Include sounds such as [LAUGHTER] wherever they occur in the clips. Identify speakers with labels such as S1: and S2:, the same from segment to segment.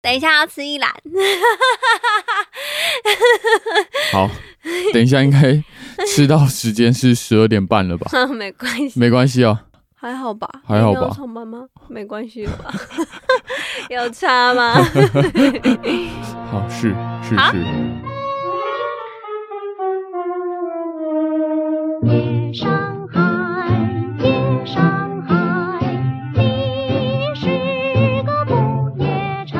S1: 等一下要吃一篮， [LAUGHS]
S2: 好，等一下应该吃到时间是十二点半了吧？
S1: 没关系，
S2: 没关系哦，
S1: 还好吧？
S2: 还好
S1: 明天要
S2: 吧
S1: 上班吗？没关系吧？ [LAUGHS] 有差
S2: [LAUGHS]
S1: 吗？
S2: 好是是
S1: 好
S2: 是。
S3: 夜上海，夜上海，你是个不夜城。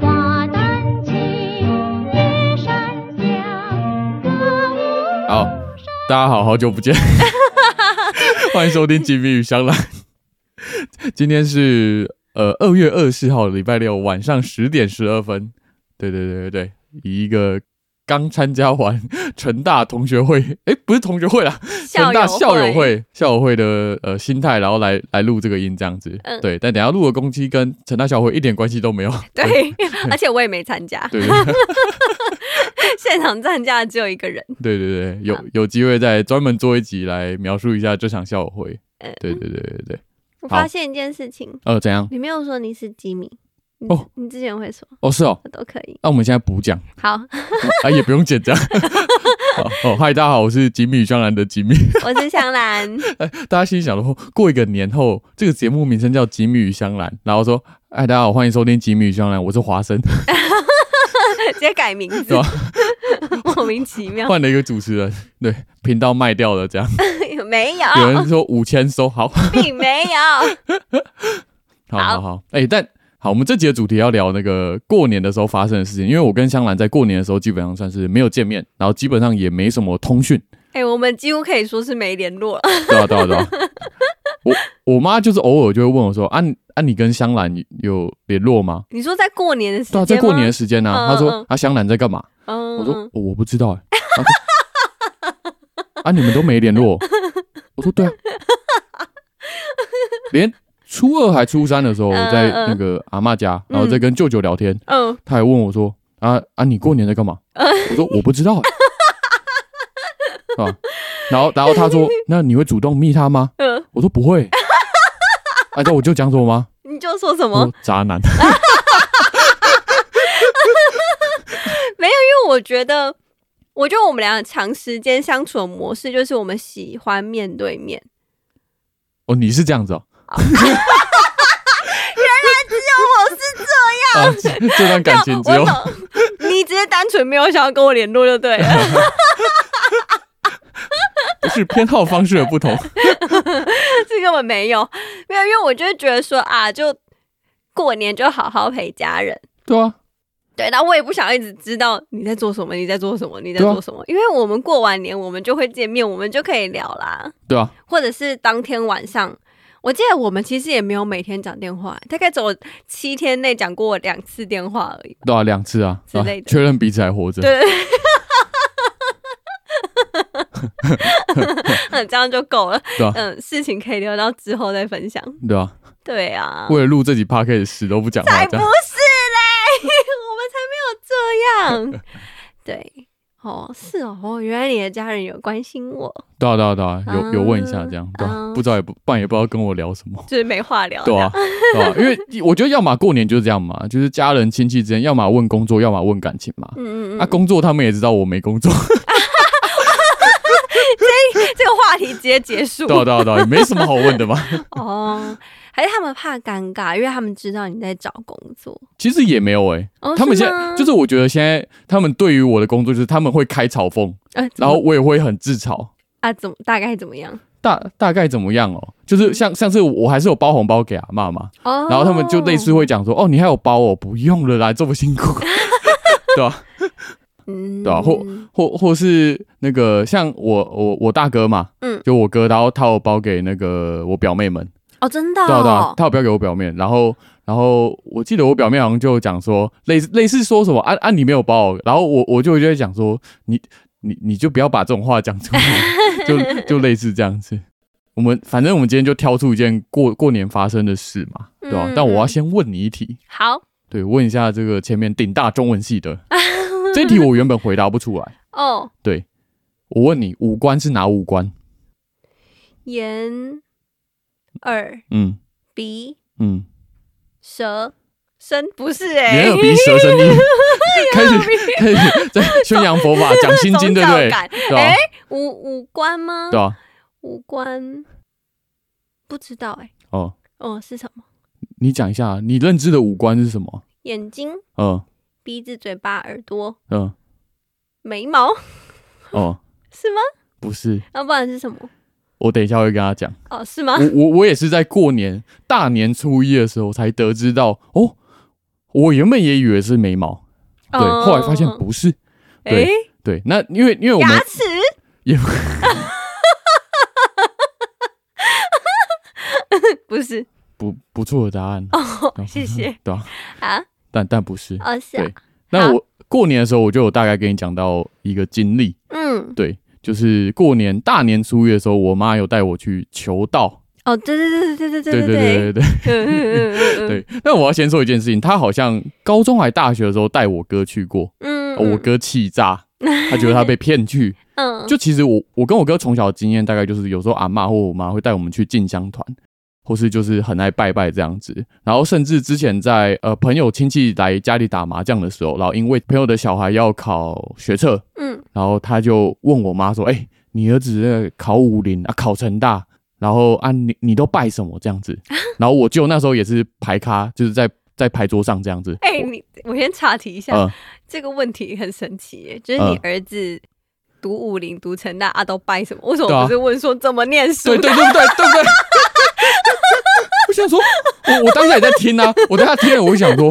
S3: 华灯起，夜山响，歌舞。
S2: 好，大家好，好久不见，欢迎收听《吉米与香兰》。今天是呃二月二十四号，礼拜六晚上十点十二分。对对对对对，以一个刚参加完成大同学会，诶，不是同学会啦，成大校友，会校友会的呃心态，然后来来录这个音这样子。
S1: 嗯
S2: 对，但等一下录的攻击跟成大校友会一点关系都 [LAUGHS] 没有。
S1: 对， [LAUGHS] 而且我也没参加，
S2: 对对对
S1: 现场参加的只有一个人。
S2: 对对对，有有机会再专门做一集来描述一下这场校友会
S1: 嗯。
S2: 对对对对对。
S1: 我
S2: 好
S1: 发现一件事情，
S2: 呃，怎样？
S1: 你没有说你是吉米，你
S2: 哦
S1: 你之前会说，
S2: 哦，是哦，
S1: 我都可以。
S2: 那、我们现在补讲
S1: 好，
S2: [LAUGHS] 啊，也不用剪讲。好 [LAUGHS] 哦，嗨，大家好，我是吉米与张兰的吉米。 [LAUGHS]
S1: 我是香兰，
S2: 大家心里想说，过一个年后，这个节目名称叫《吉米与香兰》，然后说，嗨，大家好，欢迎收听《吉米与香兰》，我是华 [LAUGHS] 生，
S1: 直接改名字
S2: 对吧，
S1: [LAUGHS] 莫名其妙，
S2: 换了一个主持人，对，频道卖掉了，这样。
S1: 没有，
S2: 有人说五千收，好， [LAUGHS] 好
S1: 并没有。
S2: 好好，哎、但。好，我们这集的主题要聊那个过年的时候发生的事情，因为我跟香兰在过年的时候基本上算是没有见面，然后基本上也没什么通讯，
S1: 哎、我们几乎可以说是没联络了。
S2: 对啊，对啊，对啊。我我妈就是偶尔就会问我说：“啊你啊，你跟香兰有联络吗
S1: 你说在过年的？”时
S2: 对
S1: 间
S2: 啊，
S1: 吗？
S2: 在过年的时间呢、
S1: 嗯
S2: 她说
S1: 嗯：“
S2: 啊，香兰在干嘛？”
S1: 嗯，
S2: 我说：“哦我不知道、欸。她说”啊，你们都没联络？我说：“对啊。”连初二还初三的时候，
S1: 嗯
S2: 我在那个阿嬷家，然后在跟舅舅聊天，
S1: 嗯，
S2: 她还问我说：“啊啊，你过年在干嘛？”我说：“我不知道、欸。” [LAUGHS] 啊，然后然后她说：“那你会主动密她吗？”
S1: 嗯
S2: 我说
S1: [LAUGHS]
S2: 不会。哎，那我就讲什么吗？
S1: 你就说什
S2: 我
S1: 么？
S2: 说渣男。
S1: 因为我觉得，我觉得我们俩长时间相处的模式就是我们喜欢面对面。
S2: 哦，你是这样子哦。
S1: [LAUGHS]
S2: 原来只有我是这 [LAUGHS] 样。啊、这这段感情只
S1: 没有
S2: 有
S1: 我
S2: [LAUGHS]
S1: 懂，你只是单纯没有想要跟我联络就对了。 [LAUGHS]
S2: 不是偏好方式的不同。 [LAUGHS]
S1: 这根本没有，没有，因为我就是觉得说啊，就过年就好好陪家人。
S2: 对啊，
S1: 对，然后我也不想一直知道你在做什么，你在做什么，你在
S2: 对啊
S1: 做什么，因为我们过完年我们就会见面，我们就可以聊啦，
S2: 对啊，
S1: 或者是当天晚上。我记得我们其实也没有每天讲电话，大概走七天内讲过两次电话而已。
S2: 对啊，两次啊，
S1: 之
S2: 对吧
S1: 类的
S2: 确认彼此还活着。
S1: 对， [LAUGHS] 嗯这样就够了。
S2: [LAUGHS] 对啊
S1: 嗯，事情可以留到之后再分享。
S2: 对啊，
S1: 对啊，
S2: 为了录这集 p o d c a s 死都不讲话
S1: 才不
S2: 这
S1: 是
S2: 样。
S1: 嘞， [LAUGHS] 我们才没有这样。对，哦，是哦，哦，原来你的家人有关心我，
S2: 对啊，对啊，对啊，有有问一下
S1: 嗯
S2: 这样，对啊，
S1: 嗯哦
S2: 不知道也不，不然也不知道跟我聊什么。
S1: 就是没话聊。
S2: 对啊， [LAUGHS] 对啊，因为我觉得要么过年就是这样嘛，就是家人亲戚之间，要么问工作，要么问感情嘛。
S1: 嗯嗯
S2: 啊，
S1: 嗯，
S2: 工作他们也知道我没工作， [LAUGHS]
S1: 这个话题直接结束。
S2: 对啊对啊对啊，也没什么好问的嘛。 [LAUGHS]
S1: 哦，还是他们怕尴尬，因为他们知道你在找工作。
S2: 其实也没有哎、
S1: 哦，
S2: 他们现
S1: 吗
S2: 在就是我觉得现在他们对于我的工作就是他们会开嘲讽，
S1: 呃，怎
S2: 然
S1: 么
S2: 后我也会很自嘲。
S1: 啊，怎么大概怎么样？
S2: 大大概怎么样哦？就是像上次我还是有包红包给阿妈嘛，
S1: 哦，
S2: 然后他们就类似会讲说：“哦，你还有包哦，不用了啦，这么辛苦。” [LAUGHS] 对吧、
S1: 嗯，
S2: 对啊或或或是那个像我我我大哥嘛，
S1: 嗯
S2: 就我哥，然后他有包给那个我表妹们，
S1: 哦，真的
S2: 对啊对啊
S1: 哦，，
S2: 他有表给我表妹，然后然后我记得我表妹好像就讲说，类似类似说什么啊啊你没有包哦，然后我我就就会讲说你你你就不要把这种话讲出来，就 [LAUGHS] 就类似这样子。我们反正我们今天就挑出一件过过年发生的事嘛，对吧、
S1: 嗯
S2: 但我要
S1: 嗯
S2: 先问你一题，
S1: 好
S2: 对，问一下这个前面顶大中文
S1: [LAUGHS]
S2: 系的这一题，我原本回答不出来。
S1: 哦，
S2: 对，我问你，五官是哪五官？
S1: 眼、耳、
S2: 嗯
S1: 鼻、
S2: 嗯，
S1: 舌、生不是哎、
S2: 眼耳
S1: [LAUGHS]
S2: 鼻舌身意，开始开始在宣扬佛法、啊讲心经，对不
S1: 宗
S2: 对
S1: 教？感
S2: 对
S1: 哎、
S2: 啊，
S1: 五五官吗？
S2: 对啊，
S1: 五官不知道哎、
S2: 哦，
S1: 哦是什么？
S2: 你讲一下，你认知的五官是什么？
S1: 眼睛、
S2: 嗯
S1: 鼻子、嘴巴、耳朵、
S2: 嗯
S1: 眉毛 [LAUGHS]
S2: 哦，
S1: 是吗？啊
S2: 不是，
S1: 要不然是什么？
S2: 我等一下会跟他讲。
S1: 哦是吗？
S2: 我我我也是在过年大年初一的时候才得知到，哦，我原本也以为是眉毛，对，
S1: 哦
S2: 后来发现不是。对
S1: 哎
S2: 对，那因为因为我们
S1: 牙齿
S2: 也
S1: [LAUGHS] 不是
S2: 不不错的答案，
S1: 哦，谢谢
S2: 对啊，
S1: 啊，
S2: 但但不是。
S1: 哦是啊
S2: 对，那我过年的时候我就有大概跟你讲到一个经历，
S1: 嗯，
S2: 对，就是过年大年初一的时候，我妈有带我去求道，
S1: 哦对对对对对
S2: 对
S1: 对对
S2: 对
S1: 嗯
S2: 对
S1: 嗯嗯嗯
S2: 对对。但我要先说一件事情，她好像高中还大学的时候带我哥去过，
S1: 嗯，
S2: 哦我哥气
S1: [LAUGHS]
S2: 炸，他觉得他被骗去。
S1: 嗯
S2: 就其实我我跟我哥从小的经验大概就是，有时候阿嬷或我妈会带我们去进香团，或是就是很爱拜拜这样子。然后甚至之前在呃朋友亲戚来家里打麻将的时候，然后因为朋友的小孩要考学测，
S1: 嗯
S2: 然后他就问我妈说：“哎、你儿子那个考武林啊，考成大，然后啊你你都拜什么这样
S1: [LAUGHS]
S2: 子？”然后我舅那时候也是排咖，就是在在牌桌上这样子。
S1: 哎你我先岔题一下，
S2: 呃，
S1: 这个问题很神奇耶，就是你
S2: 嗯
S1: 儿子读武林、读成大啊，都拜什么？为什
S2: 对
S1: 么
S2: 啊
S1: 不是问说怎么念书
S2: 对？对对不对？对不对？ [LAUGHS] 我想说，我我当下也在听啊，我当下听了，我就想说，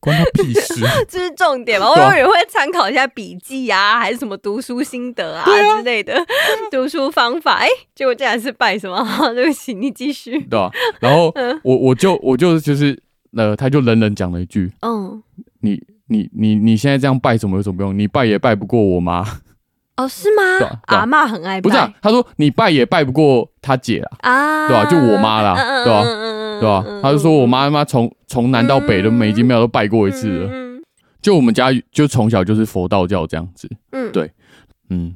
S2: 关他屁事。
S1: 这是重点吧？我
S2: 对啊
S1: 有人会参考一下笔记啊，还是什么读书心得啊
S2: 对啊
S1: 之类的 [LAUGHS] 读书方法？哎，结果竟然是拜什么？ [LAUGHS] 好对不起，你继续。
S2: 对吧、然后
S1: 嗯
S2: 我我就我就就是呃，他就冷冷讲了一句
S1: 嗯，：“
S2: 你你你你现在这样拜什么有什么用？你拜也拜不过我妈。
S1: 哦，是吗
S2: 对啊？对啊
S1: 阿妈很爱拜，
S2: 不是啊，他说你拜也拜不过他姐啊，
S1: 啊嗯
S2: 对啊就我妈啦对啊
S1: 吧
S2: 对吧、
S1: 嗯
S2: 他就说我妈妈从从南到北的每间庙都拜过一次了，
S1: 嗯
S2: 就我们家就从小就是佛道教这样子，
S1: 嗯，嗯
S2: 对嗯，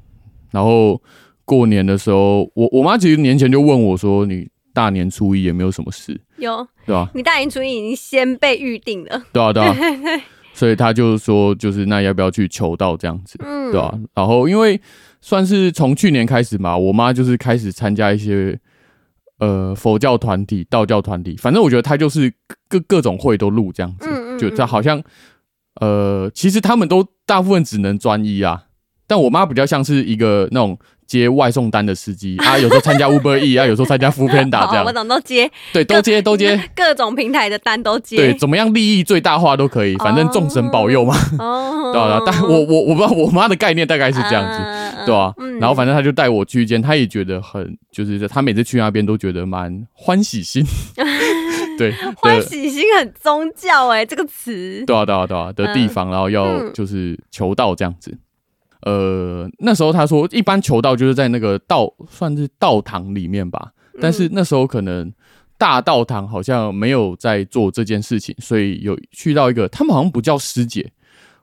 S2: 然后过年的时候，我我妈其实年前就问我说，你大年初一也没有什么事，
S1: 有
S2: 对吧、
S1: 你大年初一已经先被预定了，
S2: 对啊，对啊，所以他就说，就是那要不要去求道这样子，
S1: 嗯，
S2: 对啊吧、然后因为算是从去年开始嘛，我妈就是开始参加一些呃佛教团体、道教团体，反正我觉得她就是各各种会都录这样子，
S1: 嗯嗯
S2: 就
S1: 嗯
S2: 这好像呃，其实他们都大部分只能专一啊，但我妈比较像是一个那种。接外送单的司机啊，有时候
S1: [LAUGHS]
S2: 参加 Uber E 啊，有时候参加 f o o p a n d a
S1: 好，
S2: 这
S1: 我
S2: 样，
S1: 怎么都接，
S2: 对，都接都接，
S1: [LAUGHS] 各种平台的单都接。
S2: 对，怎么样利益最大化都可以，反正众神保佑嘛，
S1: 哦，
S2: 对啊，但我我我不知道我妈的概念大概是这样子，
S1: 子
S2: 对啊，
S1: 嗯
S2: 然后反正他就带我去一间，他也觉得很，就是他每次去那边都觉得蛮欢喜
S1: [LAUGHS]
S2: 心， [LAUGHS] 对
S1: 欢
S2: 的，
S1: 喜心很宗教哎，这个词。
S2: 对啊，对啊，对啊的地方，然后要
S1: 嗯
S2: 就是求道这样子。呃，那时候他说，一般求道就是在那个道，算是道堂里面吧，但是那时候可能大道堂好像没有在做这件事情，所以有去到一个，他们好像不叫师姐，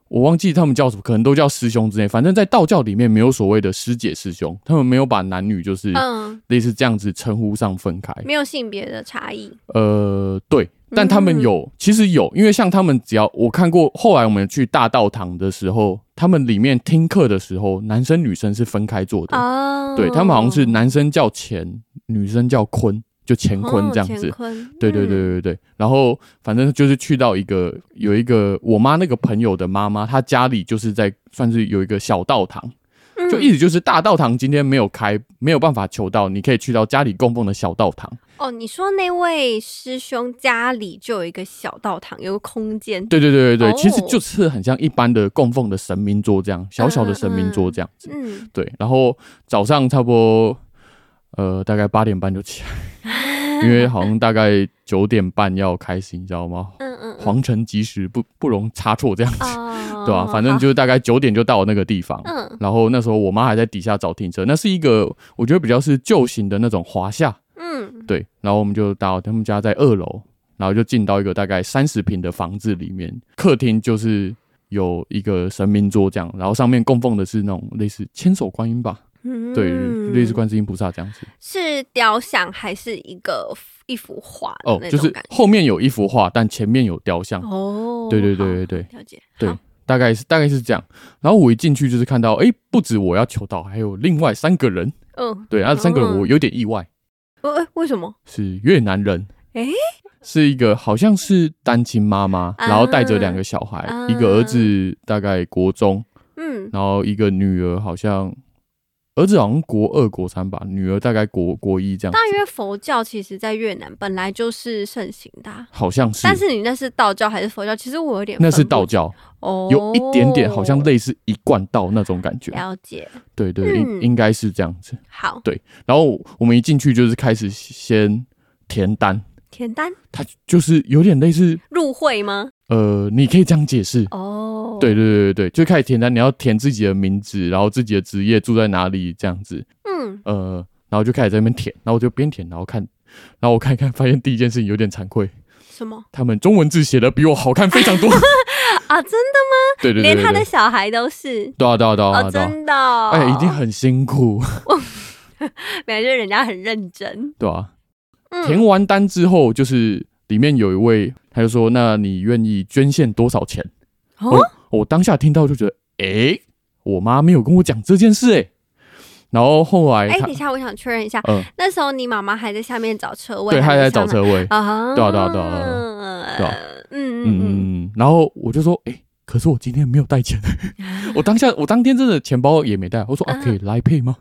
S2: 我忘记他们叫什么，可能都叫师兄之类。反正，在道教里面没有所谓的师姐师兄，他们没有把男女就是
S1: 嗯，
S2: 类似这样子称呼上分开。
S1: 没有性别的差异。
S2: 呃，对，但他们有，其实有，因为像他们只要我看过，后来我们去大道堂的时候，他们里面听课的时候，男生女生是分开坐的。
S1: 哦，
S2: 对他们好像是男生叫乾，女生叫坤，就哦乾
S1: 哦
S2: 坤这样子。对对对对对，然后反正就是去到一个有一个我妈那个朋友的妈妈，她家里就是在算是有一个小道堂，
S1: 对
S2: 就意思就是大道堂今天没有开，没有办法求道，你可以去到家里供奉的小道堂。
S1: 哦，你说那位师兄家里就有一个小道堂，有个空间。
S2: 对对对对对，其实
S1: 哦
S2: 就是很像一般的供奉的神明桌这样，小小的神明桌这样子。
S1: 嗯，
S2: 对，然后早上差不多，呃，大概八点半就起
S1: [LAUGHS]
S2: 来，因为好像大概九点半要开始，你知道吗？
S1: 嗯嗯嗯，
S2: 皇城及时，不不容差错这样子，
S1: 哦
S2: [LAUGHS] 对吧、反正就是大概九点就到那个地方。
S1: 嗯
S2: 然后那时候我妈还在底下找停车，那是一个我觉得比较是旧型的那种华夏，
S1: 嗯
S2: 对。然后我们就到他们家在二楼，然后就进到一个大概三十平的房子里面，客厅就是有一个神明桌这样，然后上面供奉的是那种类似千手观音吧，
S1: 嗯
S2: 对，类似观世音菩萨这样子。
S1: 是雕像还是一个一幅画的
S2: 哦
S1: 那，
S2: 就
S1: 种
S2: 是
S1: 感觉
S2: 后面有一幅画，但前面有雕像，
S1: 哦，
S2: 对对对对对
S1: 好，了解，
S2: 对
S1: 好，
S2: 大概是大概是这样。然后我一进去就是看到，哎，不止我要求到，还有另外三个人。
S1: 嗯，
S2: 对，啊那三个人
S1: 哦
S2: 我有点意外，
S1: 呃，为什么？
S2: 是越南人。
S1: 诶
S2: 是一个好像是单亲妈妈，
S1: 啊
S2: 然后带着两个小孩，
S1: 啊
S2: 一个儿子大概国中，
S1: 嗯，
S2: 然后一个女儿好像儿子好像国二国三吧，女儿大概国国一这样子，
S1: 大约佛教其实在越南本来就是盛行的啊、
S2: 好像是，
S1: 但是你那是道教还是佛教？其实我有点
S2: 那是
S1: 分不
S2: 道教，
S1: 哦，
S2: 有一点点好像类似一贯道那种感觉，
S1: 了解。
S2: 对对对应
S1: 嗯
S2: 应该是这样子。
S1: 好，
S2: 然后我们一进去就是开始先填单，
S1: 填单
S2: 它就是有点类似，
S1: 入会吗？
S2: 呃，你可以这样解释。
S1: 哦，
S2: 对，对对对，就开始填单，你要填自己的名字，然后自己的职业，住在哪里这样子，
S1: 嗯，
S2: 呃，然后就开始在那边填，然后我就边填，然后看，然后我看一看，发现第一件事情有点惭愧，
S1: 什么
S2: 他们中文字写的比我好看
S1: [LAUGHS]
S2: 非常多。
S1: 啊？真的，
S2: 对对对
S1: 连
S2: 对
S1: 他
S2: 对
S1: 的，小孩都是。
S2: 对啊对啊对啊
S1: 哦，
S2: 对啊，
S1: 真的哦，
S2: 哎，一定很辛苦，
S1: 感觉人家很认真。
S2: 对啊。填
S1: 嗯，
S2: 完单之后，就是里面有一位，他就说：“那你愿意捐献多少钱
S1: 哦，？”
S2: 我当下听到就觉得，诶，我妈没有跟我讲这件事、诶。然后后来
S1: 哎，
S2: 他
S1: 等一，下，我想确认一下，
S2: 嗯、
S1: 那时候你妈妈还在下面找车位，
S2: 对，他还在
S1: 上
S2: 找
S1: 来
S2: 车位，
S1: 啊，
S2: 对啊对啊对啊对啊
S1: 嗯嗯嗯，
S2: 嗯嗯嗯。然后我就说，诶，可是我今天没有带
S1: [LAUGHS]
S2: 钱， [LAUGHS] 我当下我当天真的钱包也没带，我说啊，
S1: 嗯
S2: 可以来配吗？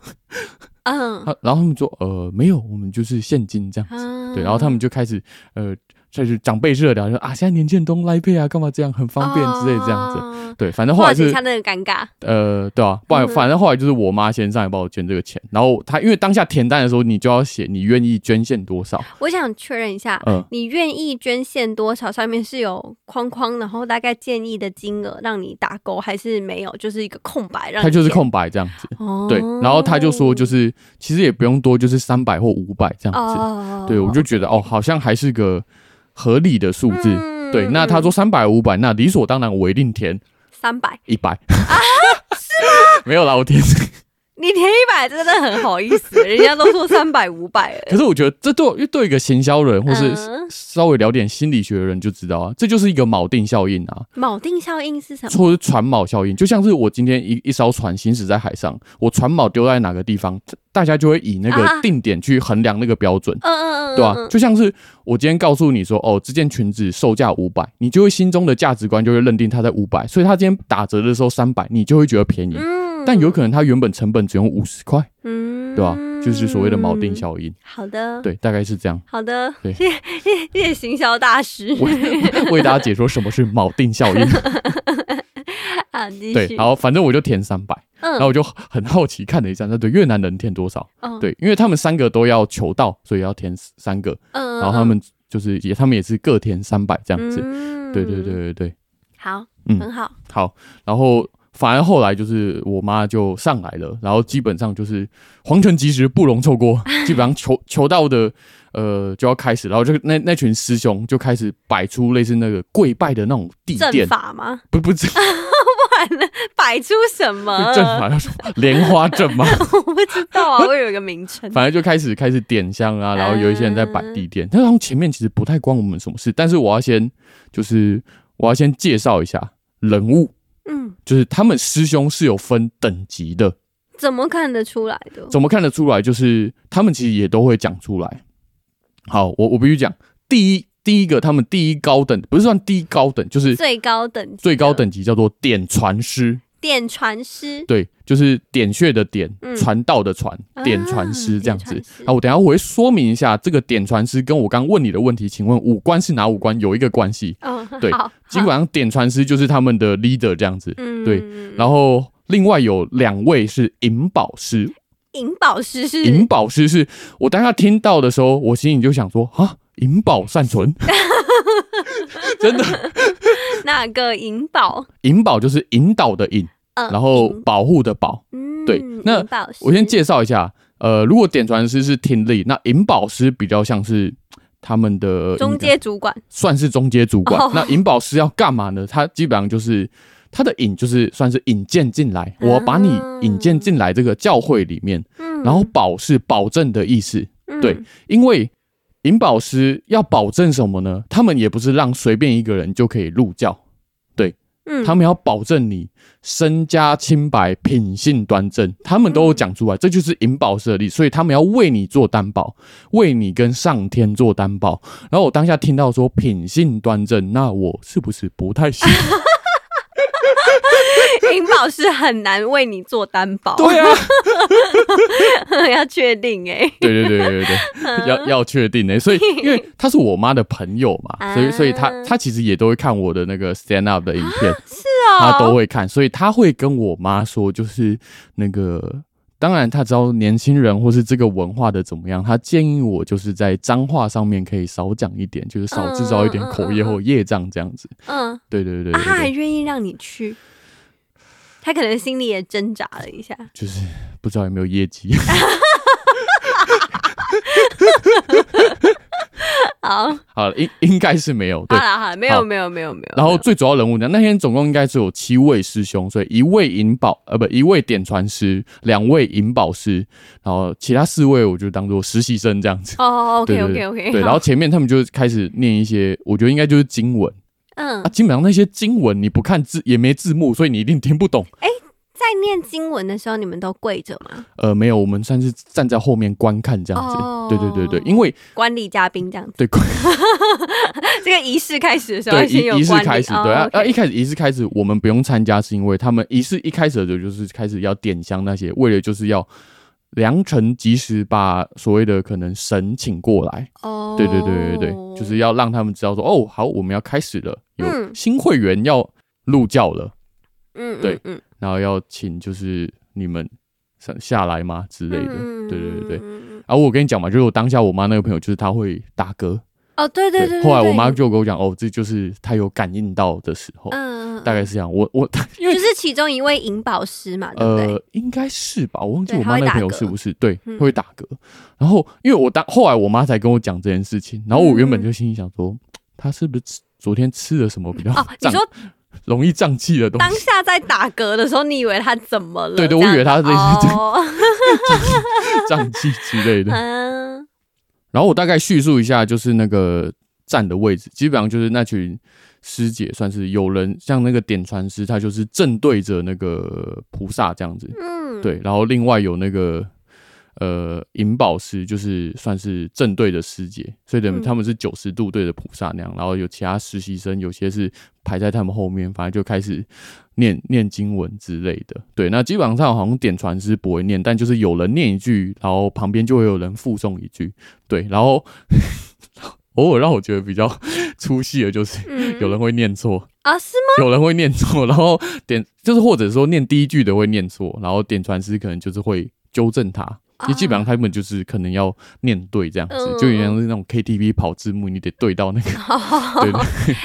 S1: 嗯
S2: 他然后他们说，呃，没有，我们就是现金这样子。
S1: 嗯，
S2: 对，然后他们就开始呃，就是长辈热聊，就啊，现在年轻人都来配啊，干嘛这样，很方便之类这样子。
S1: 子。
S2: 对，反正后
S1: 化
S2: 来
S1: 解一
S2: 是
S1: 下那个尴尬，
S2: 呃，对啊，不然
S1: 嗯
S2: 反正后来就是我妈先上来帮我捐这个钱，然后她因为当下填单的时候，你就要写你愿意捐献多少，
S1: 我想确认一下，
S2: 嗯，
S1: 你愿意捐献多少？上面是有框框，然后大概建议的金额让你打勾，还是没有？就是一个空白，让你
S2: 她就是
S1: 填。
S2: 空白这样子，
S1: 哦
S2: 对，然后她就说就是其实也不用多，就是三百或五百这样子，
S1: 哦，
S2: 对我就觉得哦，好像还是个合理的数字，
S1: 嗯
S2: 对，那她说三百五百，那理所当然我一定填
S1: 三百，
S2: 一百，是
S1: 啊
S2: 吗？ [LAUGHS] 没有
S1: [LAUGHS]
S2: 啦，我填。
S1: 你填一百真的很好意思，人家都说三百五百了。
S2: 可是我觉得这对我因为对一个行销人或是
S1: 嗯
S2: 稍微聊点心理学的人就知道啊，这就是一个锚定效应啊，
S1: 锚定效应是什么？
S2: 或是船锚效应。就像是我今天一一艘船行驶在海上，我船锚丢在哪个地方，大家就会以那
S1: 啊
S2: 个定点去衡量那个标准。
S1: 嗯嗯嗯，
S2: 对啊吧、
S1: 嗯
S2: 就像是我今天告诉你说，哦，这件裙子售价五百，你就会心中的价值观就会认定它在五百，所以它今天打折的时候三百，你就会觉得便宜。
S1: 嗯
S2: 但有可能它原本成本只用五十块，
S1: 嗯，
S2: 对吧、就是所谓的锚定效应。
S1: 好的，，
S2: 对，大概是
S1: [LAUGHS]
S2: 这样。
S1: 好的，谢
S2: 对
S1: 谢谢谢行销大师。
S2: 为为大家解说什么是锚定效应。
S1: [LAUGHS] 啊，继
S2: 对，
S1: 续
S2: 然，后反正我就填三百，然后
S1: 嗯，
S2: 我就很好奇看了一下那对越南人填多少。
S1: 嗯，
S2: 对，因为他们三个都要求到，所以要填三个，
S1: 嗯，嗯，
S2: 然后他们就是也他们也是各填三百这样子。
S1: 嗯
S2: 对对对，对对，
S1: 好，
S2: 嗯
S1: 很好，
S2: 好。然后反而后来就是我妈就上来了，然后基本上就是黄泉及时不容错
S1: [LAUGHS]
S2: 过，基本上求求到的呃就要开始，然后就那那群师兄就开始摆出类似那个跪拜的那种地
S1: 正
S2: 垫，
S1: 法吗？ [LAUGHS]
S2: 不不是
S1: 不然呢摆出什么？
S2: [LAUGHS] 正法要说莲花阵吗？
S1: [LAUGHS] 我不知道
S2: [LAUGHS]
S1: 啊，我有一个名称。
S2: 反正就开始开始点香啊，然后有一些人在摆
S1: 嗯
S2: 地垫，但是他们前面其实不太关我们什么事。但是我要先就是我要先介绍一下人物，
S1: 嗯，
S2: 就是他们师兄是有分等级的，
S1: 怎么看得出来的？
S2: 怎么看得出来？就是他们其实也都会讲出来。好，我我必须讲，第一第一个他们第一高等不是算第一高等，就是
S1: 最高等级的
S2: 最高等级叫做点传师，
S1: 点传师，
S2: 对，就是点穴的点
S1: 嗯，
S2: 传、道的传
S1: 啊，
S2: 点传师这样子
S1: 点传师。
S2: 啊，我等一下我会说明一下这个点传师跟我刚问你的问题，请问五官是哪五官有一个关系？
S1: 嗯，好
S2: 对
S1: 好
S2: 基本上点传师就是他们的 leader 这样子，
S1: 嗯，
S2: 对然后。另外有两位是银宝师，
S1: 银宝师是
S2: 银宝师是我当下听到的时候，我心里就想说啊，银宝善存，
S1: [LAUGHS]
S2: 真的，
S1: 那个银宝？
S2: 银宝就是引导的引，
S1: 嗯，
S2: 然后
S1: 银
S2: 保护的保，
S1: 嗯，
S2: 对那
S1: 银宝师
S2: 我先介绍一下，呃，如果点传师是听力，那银保师比较像是他们的
S1: 中
S2: 应
S1: 介
S2: 该
S1: 主管，
S2: 算是中阶主管。
S1: 哦
S2: 那银保师要干嘛呢？他基本上就是他的引就是算是引荐进来，我把你引荐进来这个教会里面，
S1: 嗯
S2: 然后保是保证的意思，
S1: 嗯
S2: 对，因为引保师要保证什么呢？他们也不是让随便一个人就可以入教，
S1: 嗯
S2: 他们要保证你身家清白、品性端正，他们都有讲出来，这就是引保设立，所以他们要为你做担保，为你跟上天做担保。然后我当下听到说品性端正，那我是不是不太行？
S1: 银保是很难为你做担保，
S2: 对啊，
S1: [LAUGHS] 要确定哎、
S2: 对对对对对对，要要确定呢、所以因为他是我妈的朋友嘛，所以所以他他其实也都会看我的那个 stand up 的影片，他都会看，所以他会跟我妈说，就是那个，当然他知道年轻人或是这个文化的怎么样，他建议我就是在脏话上面可以少讲一点，就是少制造一点口业或业障这样子。
S1: 嗯，
S2: 对对对
S1: 啊，
S2: 对
S1: 他还
S2: 对，
S1: 愿意让你去，他可能心里也挣扎了一下。
S2: 就是不知道有没有业绩。 [LAUGHS]
S1: 好，好
S2: 好了，应应该是没有。对，
S1: 了好了，没有
S2: 好
S1: 没有没有没有。
S2: 然后最主要人物呢，那天总共应该是有七位师兄，所以一位引宝，呃，不，一位点传师，两位引宝师，然后其他四位我就当做实习生这样子。
S1: 哦
S2: 对
S1: ，OK
S2: 对
S1: OK
S2: 对
S1: OK，
S2: 对，然后前面他们就开始念一些，我觉得应该就是经文
S1: 嗯
S2: 啊，，基本上那些经文你不看字也没字幕，所以你一定听不懂。
S1: 在念经文的时候，你们都跪着吗？
S2: 呃，没有，我们算是站在后面观看这样子。
S1: 哦
S2: 对对对对，因为
S1: 观礼嘉宾这样子，
S2: 对观
S1: 这个仪式开始的时候，
S2: 对
S1: 先有
S2: 仪仪式
S1: 观礼
S2: 开始，
S1: 哦
S2: 对啊，
S1: OK
S2: 啊一开始仪式开始我们不用参加，是因为他们仪式一开始的时候就是开始要点香那些，为了就是要良辰吉时把所谓的可能神请过来。
S1: 哦，
S2: 对对对对对，就是要让他们知道说，哦，好，我们要开始了，有
S1: 嗯
S2: 新会员要入教了。
S1: 嗯，嗯
S2: 对
S1: 嗯
S2: 然后要请就是你们上下来吗之类的。
S1: 嗯
S2: 对对对对。
S1: 对。
S2: 啊，我跟你讲嘛，就是我当下我妈那个朋友，就是她会打嗝。
S1: 哦，对对对，对
S2: 后来我
S1: 对
S2: 妈就跟我讲，哦，这就是她有感应到的时候，
S1: 嗯，嗯
S2: 大概是这样。我我因为
S1: 就是其中一位银宝石嘛， [LAUGHS] 对不对？
S2: 呃，应该是吧，我忘记
S1: 对
S2: 我妈
S1: 她会
S2: 那个朋友
S1: 打嗝
S2: 是不是对
S1: 嗯
S2: 会打嗝。然后因为我当后来我妈才跟我讲这件事情，然后
S1: 嗯
S2: 我原本就心里想说，她是不是吃昨天吃了什么比较
S1: 哦，你
S2: [LAUGHS] 胀
S1: 说
S2: 容易胀气的东
S1: 当
S2: 西？
S1: 下在打嗝的时候，你以为他怎么了？
S2: 对对
S1: 这样
S2: 我以为他是 [LAUGHS]
S1: 哦，
S2: 胀气之类的。
S1: 嗯
S2: 然后我大概叙述一下，就是那个站的位置，基本上就是那群师姐算是有人像那个点传师，他就是正对着那个菩萨这样子，
S1: 嗯，
S2: 对，然后另外有那个呃引宝师，就是算是正对着师姐，所以等于
S1: 嗯
S2: 他们是九十度对着菩萨那样，然后有其他实习生，有些是排在他们后面，反正就开始念念经文之类的。对，那基本上好像点传师不会念，但就是有人念一句，然后旁边就会有人附送一句，对，然后 [LAUGHS] 偶尔让我觉得比较 [LAUGHS] 出戏的就是
S1: 嗯
S2: 有人会念错。
S1: 啊，是吗？
S2: [LAUGHS] 有人会念错，然后点就是或者说念第一句的会念错，然后点传师可能就是会纠正他。因为基
S1: 哦
S2: 本上他们就是可能要念对这样子，
S1: 啊嗯
S2: 就有点像是那种 KTV 跑字幕，你得对到那个。对对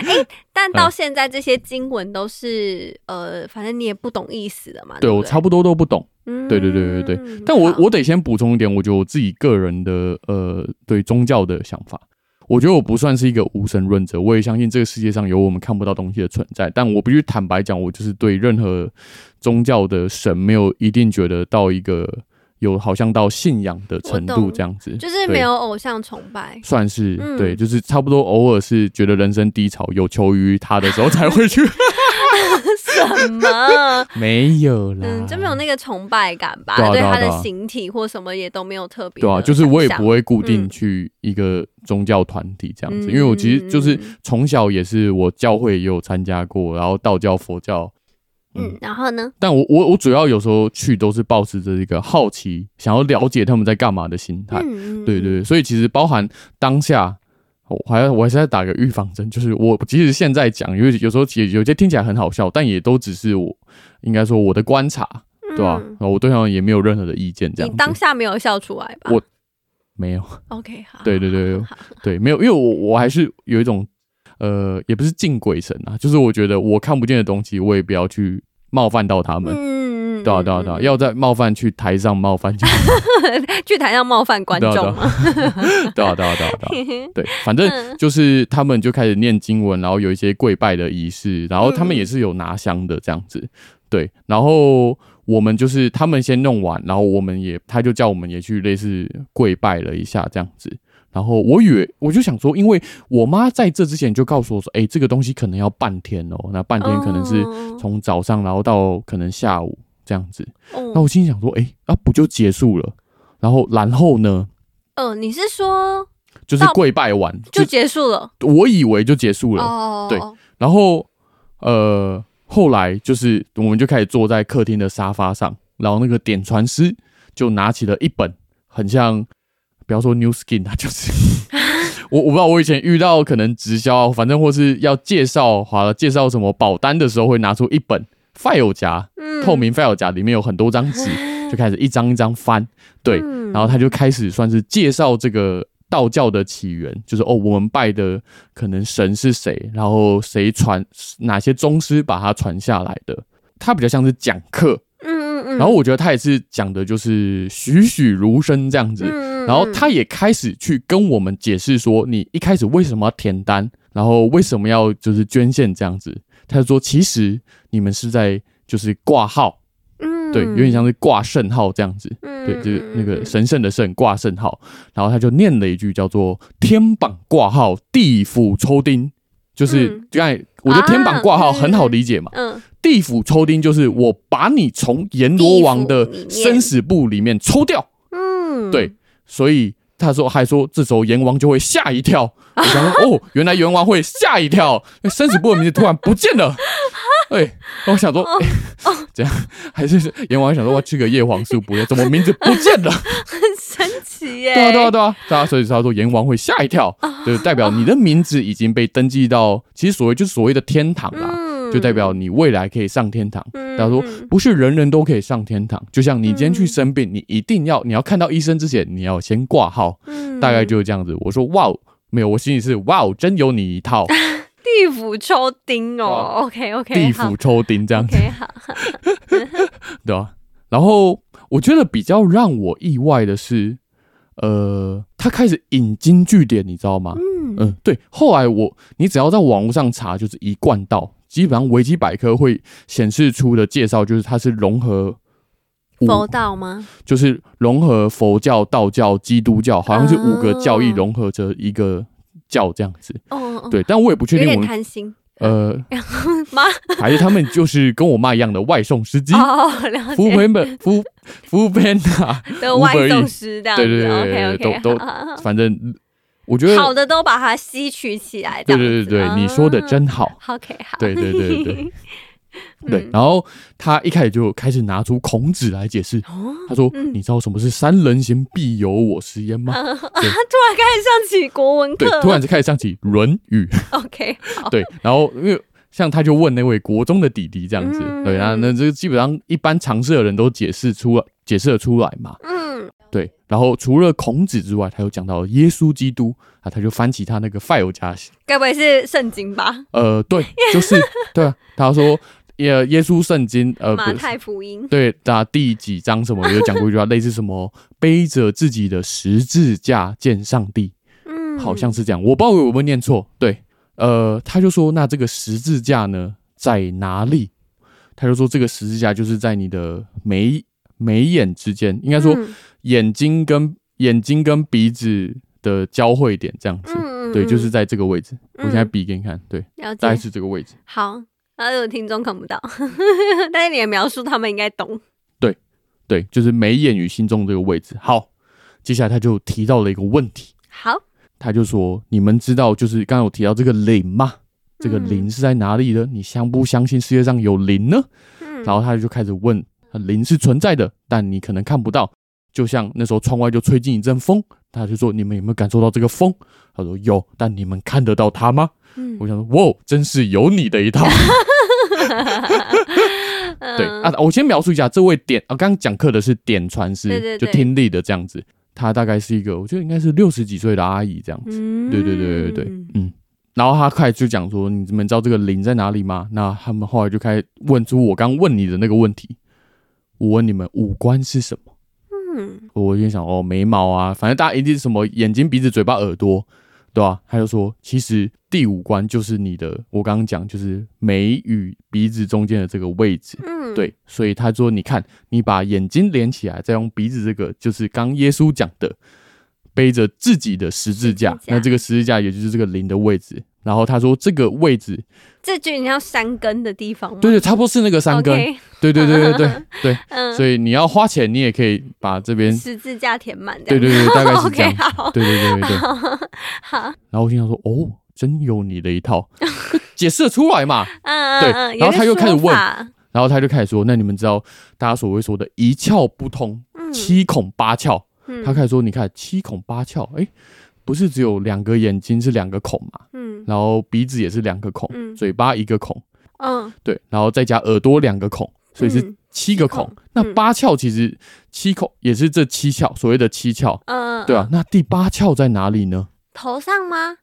S2: 嗯
S1: 但到现在这些经文都是呃，反正你也不懂意思的嘛。
S2: 对
S1: 对
S2: 我
S1: 不对，
S2: 差不多都不懂。
S1: 嗯
S2: 对对对对对，但我
S1: 好
S2: 我得先补充一点，我觉得我自己个人的呃对宗教的想法，我觉得我不算是一个无神论者，我也相信这个世界上有我们看不到东西的存在，但我必须坦白讲，我就是对任何宗教的神没有一定觉得到一个有好像到信仰的程
S1: 我
S2: 度
S1: 懂
S2: 这样子，
S1: 就是
S2: 对
S1: 没有偶像崇拜。 [LAUGHS]
S2: 算是、
S1: 嗯
S2: 对，就是差不多偶尔是觉得人生低潮有求于他的时候才会去，
S1: 什么？
S2: [LAUGHS] 没有啦， [LAUGHS]
S1: 嗯，就没有那个崇拜感吧？
S2: 对啊对啊
S1: 他的
S2: 对啊
S1: 形体或什么也都没有特别。
S2: 对啊，就是我也不
S1: 会。
S2: 会固定
S1: 嗯
S2: 去一个宗教团体这样子，
S1: 嗯
S2: 因为我其实就是
S1: 嗯嗯
S2: 从小也是我教会也有参加过，然后道教、佛教，
S1: 嗯，然后呢？
S2: 但我我我主要有时候去都是抱持着一个好奇，想要了解他们在干嘛的心态。
S1: 嗯，嗯
S2: 对对，对，所以其实包含当下，我还我还是在打个预防针，就是我即使现在讲，因为有时候其实有些听起来很好笑，但也都只是我应该说我的观察，
S1: 嗯
S2: 对吧、哦
S1: 嗯
S2: 然后我对他们也没有任何的意见，这
S1: 你
S2: 样
S1: 当
S2: 子
S1: 下没有笑出来吧？
S2: 我没有。
S1: OK，好，
S2: 对对对
S1: 好，好好
S2: 对，没有，因为我我还是有一种，呃，也不是敬鬼神啊，就是我觉得我看不见的东西，我也不要去冒犯到他们。
S1: 嗯嗯嗯，
S2: 对啊对啊对啊，
S1: 嗯
S2: 要在冒犯去台上冒犯就好，
S1: [LAUGHS] 去台上冒犯 [LAUGHS] 观
S2: 对啊对
S1: 众嘛。
S2: 啊对啊对啊对啊对啊，
S1: [LAUGHS]
S2: 对，反正
S1: 嗯
S2: 就是他们就开始念经文，然后有一些跪拜的仪式，然后他们也是有拿香的这样子，对，然后我们就是他们先弄完，然后我们也他就叫我们也去类似跪拜了一下这样子。然后我以为我就想说，因为我妈在这之前就告诉我说，哎、这个东西可能要半天哦，那半天可能是
S1: 哦
S2: 从早上然后到可能下午这样子。那
S1: 哦，
S2: 我心里想说，哎、啊不就结束了？然后然后呢，呃
S1: 嗯、你是说
S2: 就是
S1: 到
S2: 跪拜完
S1: 就结束了？
S2: 我以为就结束了，
S1: 哦，
S2: 对然后呃，后来就是我们就开始坐在客厅的沙发上，然后那个点传师就拿起了一本很像，不要说 New Skin 啊，就是 [LAUGHS] 我我不知道我以前遇到可能直销，反正或是要介绍好了介绍什么保单的时候，会拿出一本 file 夹，
S1: 嗯啊
S2: 透明 file 夹里面有很多张纸，就开始一张一张翻，对，
S1: 嗯
S2: 然后他就开始算是介绍这个道教的起源，就是哦，我们拜的可能神是谁，然后谁传哪些宗师把它传下来的。他比较像是讲课，
S1: 嗯嗯嗯，
S2: 然后我觉得他也是讲的就是栩栩如生这样子。
S1: 嗯，嗯
S2: 然后
S1: 嗯
S2: 他也开始去跟我们解释说，你一开始为什么要填单，然后为什么要就是捐献这样子。他就说，其实你们是在就是挂号，
S1: 嗯
S2: 对，有点像是挂圣号这样子。对，就是那个神圣的圣挂圣号，然后他就念了一句叫做“天榜挂号，地府抽丁”，就是
S1: 嗯
S2: 刚才、我觉得天榜挂号
S1: 啊
S2: 很好理解嘛，
S1: 嗯
S2: 地府抽丁就是我把你从阎罗王
S1: 地府里
S2: 的
S1: 面
S2: 生死簿里面抽掉，
S1: 嗯，
S2: 对，所以他说还说这时候阎王就会吓
S1: [LAUGHS]
S2: 一跳，我想说哦，原来阎王会吓一跳，那生死簿的名字突然不见了。对，然后我想说，
S1: 哦
S2: 哎、 [LAUGHS] 这样还是阎王想说，我吃个叶黄素补，怎么名字不见
S1: [LAUGHS]
S2: 了？
S1: 很神奇耶。
S2: 对啊，对啊，对啊，对啊，所以他说阎王会吓一跳，
S1: 啊
S2: 就是代表你的名字已经被登记到，其实所谓就是所谓的天堂啦，
S1: 嗯，
S2: 啊就代表你未来可以上天堂。
S1: 嗯
S2: 他说
S1: 嗯
S2: 不是人人都可以上天堂，就像你今天去
S1: 嗯
S2: 生病，你一定要你要看到医生之前，你要先挂号，
S1: 嗯
S2: 大概就是这样子。我说哇哦，没有，我心里是哇哦，真有你
S1: [LAUGHS]
S2: 一套，
S1: 地府抽丁哦
S2: 哦
S1: ，OK OK，
S2: 地府抽丁这样子，
S1: OK 好，
S2: 对啊。然后我觉得比较让我意外的是，呃，他开始引经据典，你知道吗？
S1: 嗯
S2: 嗯，对。后来我，你只要在网络上查，就是一贯道，基本上维基百科会显示出的介绍，就是它是融合 [LAUGHS] 五，
S1: 佛道吗？
S2: 就是融合佛教、道教、基督教，好像是五个教义
S1: 哦
S2: 融合着一个教这样子。
S1: 哦，哦，
S2: 对，但我也不确
S1: 有
S2: 定
S1: 点
S2: 我们
S1: 贪心 [LAUGHS]
S2: 呃，
S1: 吗？
S2: 还是他们就是跟我妈一样的外送司机。
S1: 哦，了
S2: 服务
S1: 解
S2: 员本
S1: [LAUGHS]
S2: 服服务员啊，
S1: 的外
S2: Uber
S1: 送
S2: Eats
S1: 师这样子
S2: 对对对对
S1: o k OK，
S2: 都都反正我觉得
S1: 好的都把它吸取起来，这
S2: 对
S1: 样
S2: 对对
S1: 子嗯
S2: 对，你说的。真好。
S1: 啊 OK，好，
S2: 对对对对对
S1: 嗯，
S2: 然后他一开始就开始拿出孔子来解释，
S1: 哦，
S2: 他说：“你知道什么是三人行必有我师焉
S1: [LAUGHS]
S2: 吗
S1: 他突然开始 [LAUGHS] 上起国文？” [LAUGHS]
S2: 对
S1: 课了，，
S2: 突然就开始上起《论语》
S1: OK，好，
S2: [LAUGHS] 对，然后因为像他就问那位国中的弟弟这样子，
S1: 嗯
S2: 对，那那这个基本上一般常识的人都解释出解释得出来嘛，
S1: 嗯
S2: 对。然后除了孔子之外，他又讲到耶稣基督啊，他就翻起他那个 file 夹
S1: 该不会是圣经吧？
S2: 呃，
S1: [LAUGHS]
S2: 对，就是对啊。他说，耶耶稣圣经，呃，
S1: 马
S2: 不
S1: 太福音，
S2: 对，那第几章什么有讲过一句话，类似什么背着自己的十字架见上帝，
S1: 嗯，
S2: 好像是这样。我不知道我有没有念错。对，呃，他就说，那这个十字架呢在哪里？他就说，这个十字架就是在你的眉眉眼之间，应该说
S1: 嗯
S2: 眼睛跟眼睛跟鼻子的交汇点这样子。
S1: 嗯嗯
S2: 对，就
S1: 嗯
S2: 是在这个位置。我现在
S1: 嗯
S2: 比给你看，对。
S1: 了
S2: 大概
S1: 解，
S2: 是这个位置。
S1: 好。啊，有听众看不到， [LAUGHS] 但是你的描述他们应该懂。
S2: 对，就是眉眼与心中这个位置。好，接下来他就提到了一个问题，
S1: 好，
S2: 他就说：“你们知道，就是刚刚有提到这个灵吗？这个
S1: 嗯
S2: 灵是在哪里呢？你相不相信世界上有灵呢？”
S1: 嗯
S2: 然后他就开始问：“灵是存在的，但你可能看不到。就像那时候窗外就吹进一阵风，他就说：‘你们有没有感受到这个风？’他说：‘有，但你们看得到它吗？’
S1: 嗯
S2: 我想说：‘哇，真是有你的一套。’
S1: 嗯
S2: 对
S1: 呃
S2: 啊，我先描述一下这位点啊，刚刚讲课的是点传师，
S1: 对对对
S2: 就听力的这样子，她大概是一个我觉得应该是六十几岁的阿姨这样子，
S1: 嗯
S2: 对对对对对，嗯。然后她开始就讲说，你们知道这个灵在哪里吗？那他们后来就开始问出我刚问你的那个问题，我问你们五官是什么？
S1: 嗯，
S2: 我就想哦，眉毛啊，反正大家一定是什么眼睛、鼻子、嘴巴、耳朵，对吧、他就说，其实第五关就是你的，我刚刚讲就是眉与鼻子中间的这个位置。
S1: 嗯，
S2: 对，所以他说：“你看，你把眼睛连起来，再用鼻子这个，就是刚耶稣讲的，背着自己的十字架。
S1: 十字架
S2: 那这个十字架也就是这个零的位置。然后他说这个位
S1: 嗯
S2: 置，
S1: 这就很像山根的地方吗？
S2: 对对，差不多是那个三根。
S1: OK，
S2: 对对对对
S1: [LAUGHS]
S2: 对对。
S1: 嗯，
S2: 所以你要花钱，你也可以把这边，
S1: 十字架填满这
S2: 对
S1: 样。
S2: 对对，大概是这
S1: 哦 OK，
S2: 样。
S1: 好，
S2: 对对对对对。然后我心想说：哦，真有你的一套， [LAUGHS] 解释得出来嘛。”
S1: 嗯
S2: 对
S1: 嗯嗯，
S2: 然后他又开始问
S1: 有个说法，
S2: 然后他就开始说：“那你们知道大家所谓说的一窍不通，
S1: 嗯
S2: 七孔八窍？”
S1: 嗯
S2: 他开始说：“你看七孔八窍，哎，不是只有两个眼睛是两个孔嘛，
S1: 嗯
S2: 然后鼻子也是两个孔，
S1: 嗯
S2: 嘴巴一个孔，
S1: 嗯，
S2: 对，然后再加耳朵两个孔，所以是
S1: 嗯
S2: 七个孔。
S1: 七孔
S2: 那
S1: 嗯
S2: 八窍其实七孔也是这七窍，所谓的七窍，
S1: 嗯，
S2: 对啊。那第八窍在哪里呢？
S1: 头上吗？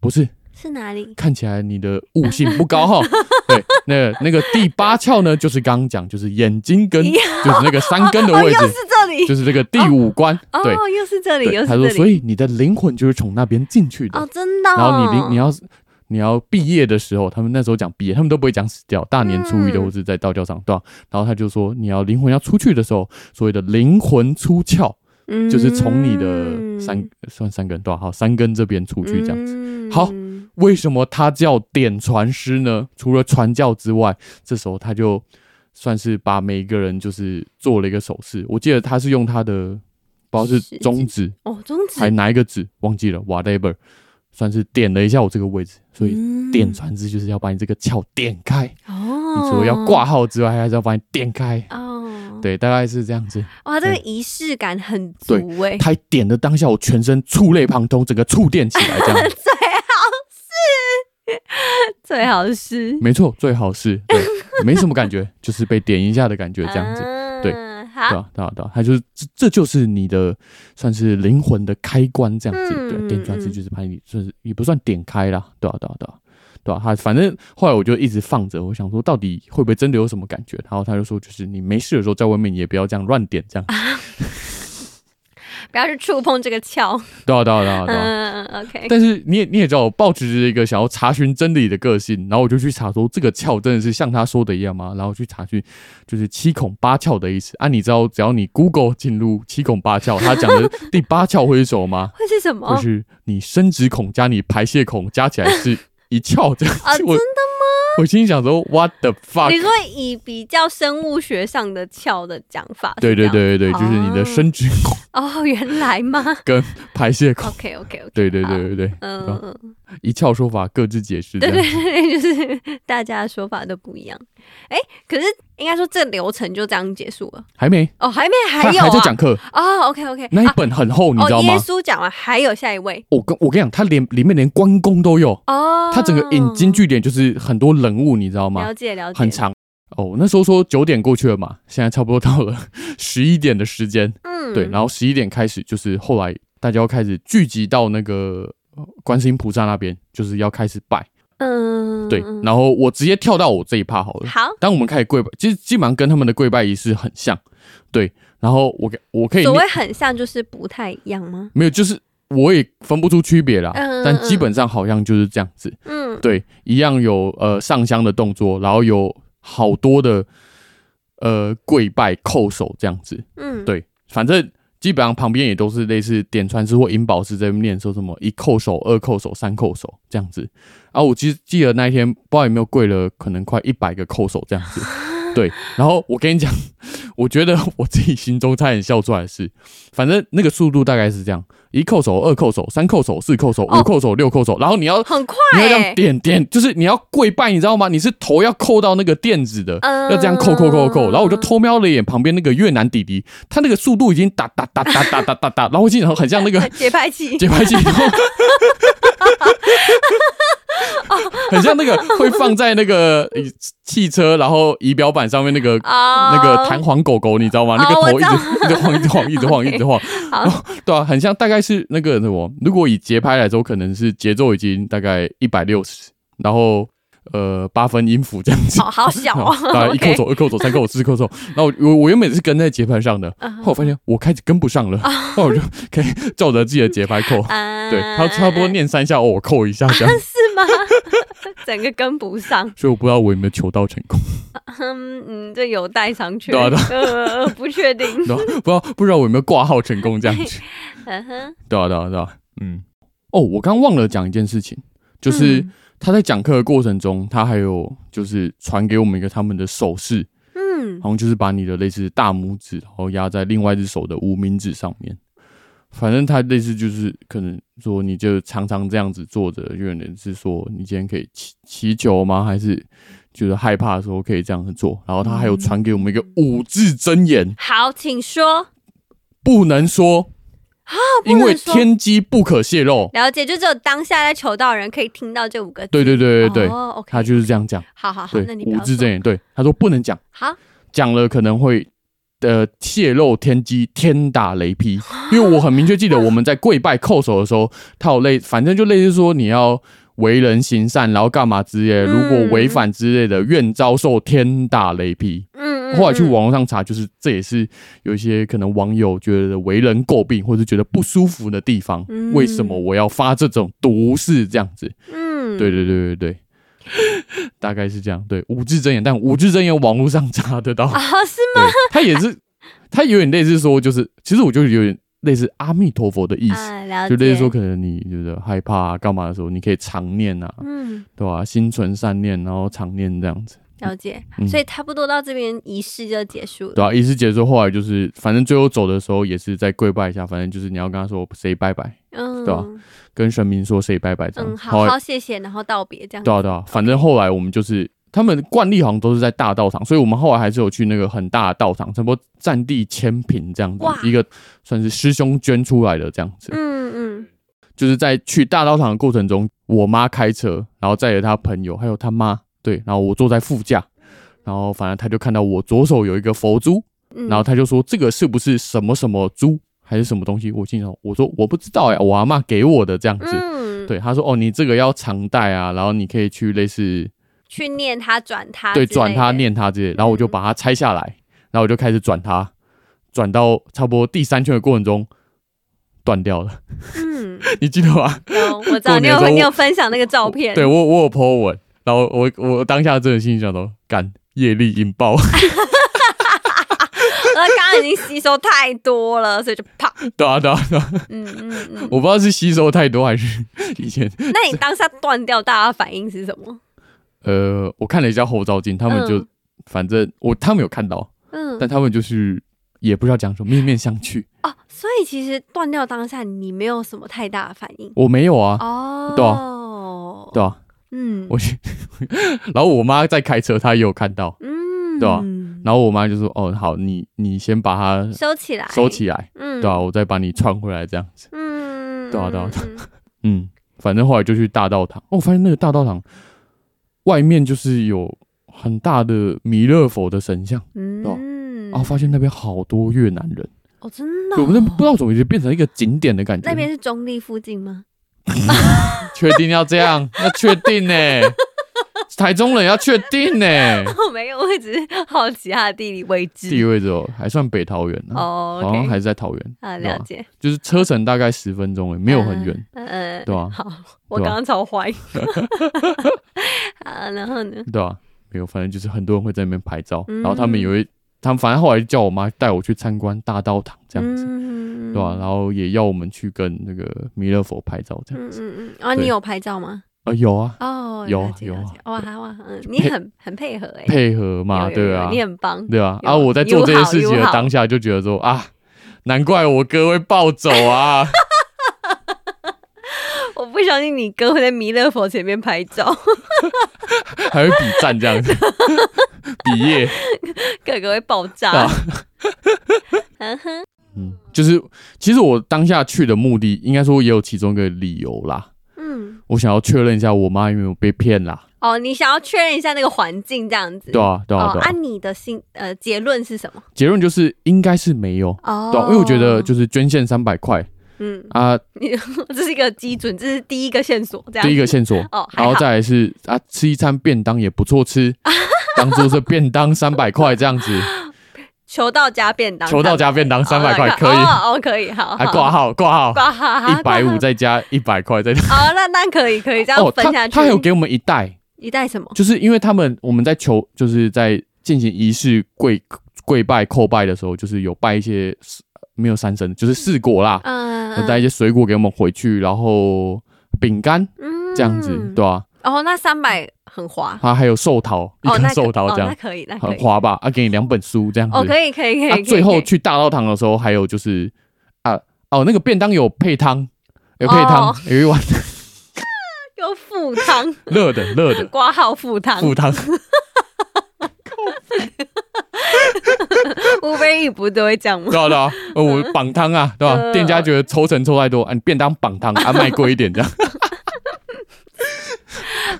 S2: 不是，
S1: 是哪里？
S2: 看起来你的悟性不
S1: [LAUGHS]
S2: 高哈。对，那那个第八窍呢，就是刚刚讲，就是眼睛
S1: [LAUGHS]
S2: 根，就是那个三根的
S1: 哦，
S2: 位
S1: 又
S2: 置，
S1: 是这里，
S2: 就是这个第五关。对
S1: 哦，又是这里，又
S2: 对，
S1: 是
S2: 他
S1: 这
S2: 说，
S1: 里。
S2: 所以你的灵魂就是从那边进去的
S1: 哦，。真的哦、
S2: 然后你灵你要你要毕业的时候，他们那时候讲毕业，他们都不会讲死掉，大年初一的
S1: 嗯
S2: 或是在道教上对吧？然后他就说，你要灵魂要出去的时候，所谓的灵魂出窍，
S1: 你
S2: 就是从你的
S1: 嗯
S2: 三算三根对吧？好，三根这边出去这样子。
S1: 子
S2: 好为什么他叫点传师呢？除了传教之外，这时候他就算是把每一个人就是做了一个手势。我记得他是用他的不知道是
S1: 食指
S2: 中指
S1: 哦，中指
S2: 还哪一个指忘记了，whatever，算是点了一下我这个位置。所以
S1: 嗯
S2: 点传师就是要把你这个窍点开，
S1: 哦，
S2: 你除了要挂号之外，还是要把你点开。
S1: 哦，
S2: 对，嗯大概是这样子。
S1: 哇，这个
S2: 对
S1: 仪式感很足哎、
S2: 他点的当下，我全身触类旁通，整个触电起来，这
S1: [LAUGHS]
S2: 样。
S1: 最好是最好是
S2: 没错，最好是对，没什么感觉，就是被点一下的感觉，这样子。
S1: 子
S2: 对，
S1: 好，
S2: 对啊，对啊，对啊，他就是这，这就是你的算是灵魂的开关这样子，
S1: 嗯
S2: 对，点钻石
S1: 嗯
S2: 就是把你算是也不算点开啦，对啊，对啊，对啊，对啊，他反正后来我就一直放着，我想说到底会不会真的有什么感觉，然后他就说就是你没事的时候在外面也不要这样乱点这样，
S1: 不要去触碰这个窍。
S2: 对啊，对啊，对啊，对啊。
S1: 嗯，OK，
S2: 但是你也你也知道，我抱持着一个想要查询真理的个性，然后我就去查说这个窍真的是像他说的一样吗？然后去查询就是七孔八窍的意思啊。你知道只要你 Google 进入七孔八窍，他讲的第八窍会是什么吗？
S1: 会是什么？
S2: 就是你生殖孔加你排泄孔加起来是一窍这样子。
S1: 啊
S2: 我
S1: 真
S2: 我心里想说，What the
S1: 哦你
S2: fuck？
S1: 说以比较生物学上的窍的讲法，
S2: 对对
S1: 是这样
S2: 对对对，就是你的生殖孔
S1: 哦， [LAUGHS] 原来
S2: [LAUGHS]
S1: 吗
S2: 跟排泄孔。
S1: ？OK OK OK，
S2: 对对对对对，
S1: 嗯，
S2: 吧
S1: 嗯嗯
S2: 一窍说法各自解释。这
S1: 对对
S2: 样。
S1: 对， [LAUGHS] 对就是大家的说法都不一样。哎，可是应该说这流程就这样结束了。
S2: 还没，
S1: 哦，还没，
S2: 他
S1: 还有
S2: 还在
S1: 啊
S2: 讲课，
S1: 哦，OK OK，
S2: 那一本很厚，你知道
S1: 哦，耶
S2: 吗？
S1: 稣讲完，还有下一位
S2: 我跟我跟你讲，他连里面连关公都有，
S1: 哦，
S2: 他整个引经据典就是很多人物，你知道吗
S1: 了？解了解，
S2: 很长。哦，那时候说九点过去了嘛，现在差不多到了 [LAUGHS] 十一点的时间，
S1: 嗯，
S2: 对，然后十一点开始，就是后来大家要开始聚集到那个呃观世音菩萨那边，就是要开始拜。
S1: 嗯，
S2: 对，
S1: 嗯
S2: 然后我直接跳到我这一趴好了。
S1: 好，
S2: 当我们开始跪拜，其实基本上跟他们的跪拜仪式很像。对，然后我给我可以
S1: 所
S2: 念
S1: 谓很像就是不太一样吗？
S2: 没有，就是我也分不出区别啦，
S1: 嗯嗯
S2: 但基本上好像就是这样子。
S1: 嗯，
S2: 对，一样有呃上香的动作，然后有好多的呃跪拜叩首这样子。
S1: 嗯，
S2: 对，反正基本上旁边也都是类似点传师或引宝师在那边念说什么一叩首、二叩首、三叩首这样子。啊，我记记得那一天不知道有没有跪了，可能快一百个叩首这样子。对，然后我跟你讲， [LAUGHS] 我觉得我自己心中差点笑出来的是，反正那个速度大概是这样：一叩首、二叩首、三叩首、四叩首、五
S1: 哦
S2: 叩首、六叩首，然后你要
S1: 很快
S2: 你要这样
S1: 欸，
S2: 点点，就是你要跪拜，你知道吗？你是头要扣到那个垫子的，
S1: 嗯
S2: 要这样扣扣扣扣。然后我
S1: [LAUGHS]
S2: 就偷瞄了一眼旁边那个越南弟弟，他那个速度已经打打打打打打打打，然后我心想很
S1: [LAUGHS]
S2: 像那个
S1: 节拍器，
S2: 节拍器，然后 [LAUGHS] 很像那个会放在那个呃汽车然后仪表板上面那个。
S1: 啊
S2: 那个弹簧狗狗，你知道吗？那个
S1: 哦我
S2: 头一
S1: 知道
S2: 直一直 [LAUGHS] 晃，一
S1: [LAUGHS]
S2: 直晃，一直晃，一直晃。
S1: 好
S2: 然后对啊，很像，大概是那个什么，如果以节拍来说，可能是节奏已经大概一百六十，然后呃八分音符这样子。，
S1: 好好小哦
S2: [LAUGHS] 当然一扣
S1: [LAUGHS] OK
S2: 走，二扣走，三扣走，四扣走。那我我我原本是跟在节拍上的，
S1: 嗯哼
S2: 后来我发现我开始跟不上了，那我就可以照着自己的节拍扣。
S1: 哦 [LAUGHS] 啊
S2: 对他差不多念三下，哦，我扣一下这样，
S1: [LAUGHS] 是
S2: [LAUGHS]
S1: 吗？整个跟不上，
S2: 所以我不知道我有没有求到成功，
S1: 嗯嗯，这有待商榷，
S2: 对啊对啊
S1: 呃，不确定，
S2: [LAUGHS] 对吧？不知道不知道我有没有挂号成功这样子，
S1: [LAUGHS] 嗯哼，
S2: 对啊对啊对啊，嗯。哦，我刚忘了讲一件事情，就是
S1: 嗯
S2: 他在讲课的过程中，他还有就是传给我们一个他们的手势，
S1: 嗯，
S2: 好像就是把你的类似大拇指，然后压在另外一只手的无名指上面。反正他类似就是可能说，你就常常这样子坐着，有点是说你今天可以祈祈求吗？还是就是害怕的时候可以这样子做？然后他还
S1: 嗯
S2: 有传给我们一个五字真言，
S1: 好，请说。
S2: 不能说，
S1: 啊不能
S2: 因为
S1: 说
S2: 天机不可泄露。
S1: 了解，就只有当下在求道的人可以听到这五个字。
S2: 对对对对对，
S1: 哦，OK，
S2: 他就是这样讲。
S1: 好好好，
S2: 对
S1: 那你，不
S2: 五
S1: 要
S2: 字真
S1: 说
S2: 言，对，他说不能讲。
S1: 好，
S2: 讲了可能会呃泄露天机，天打雷劈。因为我很明确
S1: 啊
S2: 记得我们在跪拜叩首的时候，他有类，反正就类似说你要为人行善，然后干嘛之类的，
S1: 嗯
S2: 如果违反之类的，愿遭受天打雷劈。
S1: 嗯，嗯
S2: 后来去
S1: 嗯
S2: 网络上查，就是这也是有一些可能网友觉得为人诟病或者觉得不舒服的地方。
S1: 嗯
S2: 为什么我要发这种毒誓？这样子，
S1: 嗯，
S2: 对对对对对。大概是这样，对五字真言，但五字真言网络上 [LAUGHS] 查得到
S1: 啊，是
S2: 对，他也是，他有点类似说，就是其实我就有点类似阿弥陀佛的 [LAUGHS] 意思，
S1: 啊，了解，
S2: 就类似说，可能你就是害怕啊干、嘛的时候，你可以常念啊，
S1: 嗯，
S2: 对吧、心存善念，然后常念这样子，
S1: 了解
S2: 嗯，
S1: 所以差不多到这边仪式就结束
S2: 对啊
S1: 了。
S2: 吧、仪式结束后来就是，反正最后走的时候也是再跪拜一下，反正就是你要跟他说 say 拜拜，
S1: 嗯，
S2: 对啊跟神明说 say 拜拜这样。
S1: 嗯，好
S2: 后
S1: 好
S2: 来
S1: 谢谢，然后道别这样子
S2: 对。啊对啊，反正后来我们就是。他们惯例好像都是在大道场，所以我们后来还是有去那个很大的道场，差不多占地千坪这样子
S1: 哇，
S2: 一个算是师兄捐出来的这样子。
S1: 嗯嗯，
S2: 就是在去大道场的过程中，我妈开车，然后载着她朋友还有她妈，对，然后我坐在副驾，然后反正她就看到我左手有一个佛珠，
S1: 嗯
S2: 然后她就说这个是不是什么什么珠还是什么东西？我经常我说我不知道啊呀，我阿妈给我的这样子。
S1: 嗯，
S2: 对，她说哦，你这个要常戴啊，然后你可以去类似
S1: 去念它，转它之
S2: 对
S1: 类的，
S2: 转它念它之类的，然后我就
S1: 嗯
S2: 把它拆下来，然后我就开始转它，转到差不多第三圈的过程中断掉了， [LAUGHS]
S1: 嗯，
S2: 你记得吗？
S1: 有我知道，
S2: 过年
S1: 你
S2: 的时候
S1: 有你有分享那个照片，
S2: 对我我有 po 文，然后我我当下真的心里想说，干业力引爆，
S1: 那呃刚刚已经吸收太多了，所以就
S2: [LAUGHS]
S1: 啪，
S2: 对啊对啊对啊，
S1: 嗯嗯嗯。
S2: 我不知道是吸收太多还是以前，
S1: 那你当下断掉，大家反应是什么？
S2: 呃，我看了一下后照镜，他们就、
S1: 嗯
S2: 反正我他们有看到，
S1: 嗯，
S2: 但他们就是也不知道讲什么，面面相觑，
S1: 哦，所以其实断掉当下你没有什么太大的反应
S2: 我没有啊，
S1: 哦，对
S2: 对对啊，
S1: 嗯，
S2: 我去， [LAUGHS] 然后我妈在开车，她也有看到，
S1: 嗯，
S2: 对啊然后我妈就说，哦好，你你先把它
S1: 收起来，
S2: 收，起来，
S1: 嗯，
S2: 对啊，我再把你串回来这样子，
S1: 嗯，嗯，
S2: 对啊对啊对
S1: 嗯
S2: 嗯，反正后来就去大道堂，哦，我发现那个大道堂外面就是有很大的弥勒佛的神像， [LAUGHS] 对啊
S1: 嗯，
S2: 然后发现那边好多越南人，
S1: 哦，真的
S2: 对
S1: 哦，
S2: 我们那不知道怎么就变成一个景点的感觉。
S1: 那边是中立附近吗？ [LAUGHS]
S2: 确定要这样，要确定
S1: [LAUGHS]
S2: 呢、台中人要确定呢、
S1: 哦，没有，我只是好奇它的地理位
S2: 地
S1: 置。
S2: 位置哦，还算北桃园啊，
S1: 哦
S2: 好像还
S1: ，OK，
S2: 是在桃园，
S1: 啊，
S2: 对
S1: 了
S2: 吧？
S1: 解，
S2: 就是车程大概十分钟诶、没有很远，
S1: 嗯，嗯，嗯
S2: 对啊
S1: 好，我
S2: 对啊
S1: 刚刚超坏。 [LAUGHS] 啊，然后呢？
S2: 对吧、没有，反正就是很多人会在那边拍照，
S1: 嗯
S2: 然后他们也会，他们反正后来就叫我妈带我去参观大道堂这样子。
S1: 嗯
S2: 对吧、然后也要我们去跟那个弥勒佛拍照，这样
S1: 嗯嗯嗯，啊，
S2: 对
S1: 你有拍照吗？
S2: 啊、有啊，
S1: 哦，
S2: 有
S1: 了
S2: 啊
S1: 解
S2: 有
S1: 了
S2: 啊
S1: 解哇哇，嗯，你
S2: 配
S1: 很很配合哎，
S2: 配合
S1: 有
S2: 嘛，
S1: 有
S2: 对
S1: 有
S2: 啊
S1: 你，很棒，
S2: 对啊，
S1: 有
S2: 啊，我在做这些事情
S1: 友
S2: 的
S1: 好
S2: 当下就觉得说啊，难怪我哥会暴走啊，
S1: 我不相信你哥会在弥勒佛前面拍照，
S2: 还会比赞这样子， [LAUGHS] 比耶
S1: 哥哥会爆
S2: 啊
S1: 炸。，
S2: 嗯，就是其实我当下去的目的，应该说也有其中一个理由啦，
S1: 嗯，
S2: 我想要确认一下我妈有没有被骗啦，
S1: 哦，你想要确认一下那个环境这样子，
S2: 对啊，对啊，
S1: 哦，
S2: 对
S1: 按、
S2: 啊，
S1: 你的心呃结论是什么？
S2: 结论就是应该是没有，啊
S1: 哦，
S2: 对啊，因为我觉得就是捐献三百块，
S1: 嗯， [LAUGHS]
S2: 啊，
S1: 你这是一个基准，这是第一个线索，这样。
S2: 第一
S1: 个
S2: 个线索，
S1: 哦，还
S2: 然
S1: 好，
S2: 后再来是啊，吃一餐便当也不
S1: [LAUGHS]
S2: 错吃，当做是便当三百块这样子，
S1: 求到加便当，
S2: 求到加便当三百块可以，
S1: 哦，哦可以，好，
S2: 还
S1: 好
S2: 挂号挂号
S1: 挂号
S2: 一百五，
S1: 好
S2: 再加一百块再
S1: 好，那那可以，可以这样
S2: 哦，
S1: 分
S2: 他
S1: 下去。
S2: 他还有给我们一袋，
S1: 一袋什么？
S2: 就是因为他们我们在求就是在进行仪式跪跪拜叩拜的时候，就是有拜一些没有三牲，就是四果啦，
S1: 嗯，
S2: 有带一些水果给我们回去，然后饼干
S1: 嗯
S2: 这样子，对吧、
S1: 哦，那三百很划，
S2: 他还有寿桃，一
S1: 哦，
S2: 颗
S1: 那
S2: 寿桃
S1: 哦
S2: 这样
S1: 那。可以，那可
S2: 很
S1: 以。
S2: 花吧？啊，给你两本书这样子。
S1: 哦，可以，可以，可以。
S2: 啊
S1: 可以，
S2: 最后
S1: 可以
S2: 去大道堂的时候，还有就是啊，哦，那个便当有配汤，有配汤
S1: 哦，
S2: 有一碗
S1: [LAUGHS]
S2: [LAUGHS]
S1: 又附汤，
S2: 热的热
S1: [LAUGHS]
S2: 的
S1: 挂号附汤，
S2: 副汤。
S1: 乌龟一不都会这样吗
S2: 对？啊对
S1: [LAUGHS]
S2: 啊，呃我绑汤啊，对吧、
S1: 嗯
S2: 店家觉得抽成抽太多，啊，你便当绑汤啊，卖贵一点
S1: [LAUGHS]
S2: 这样。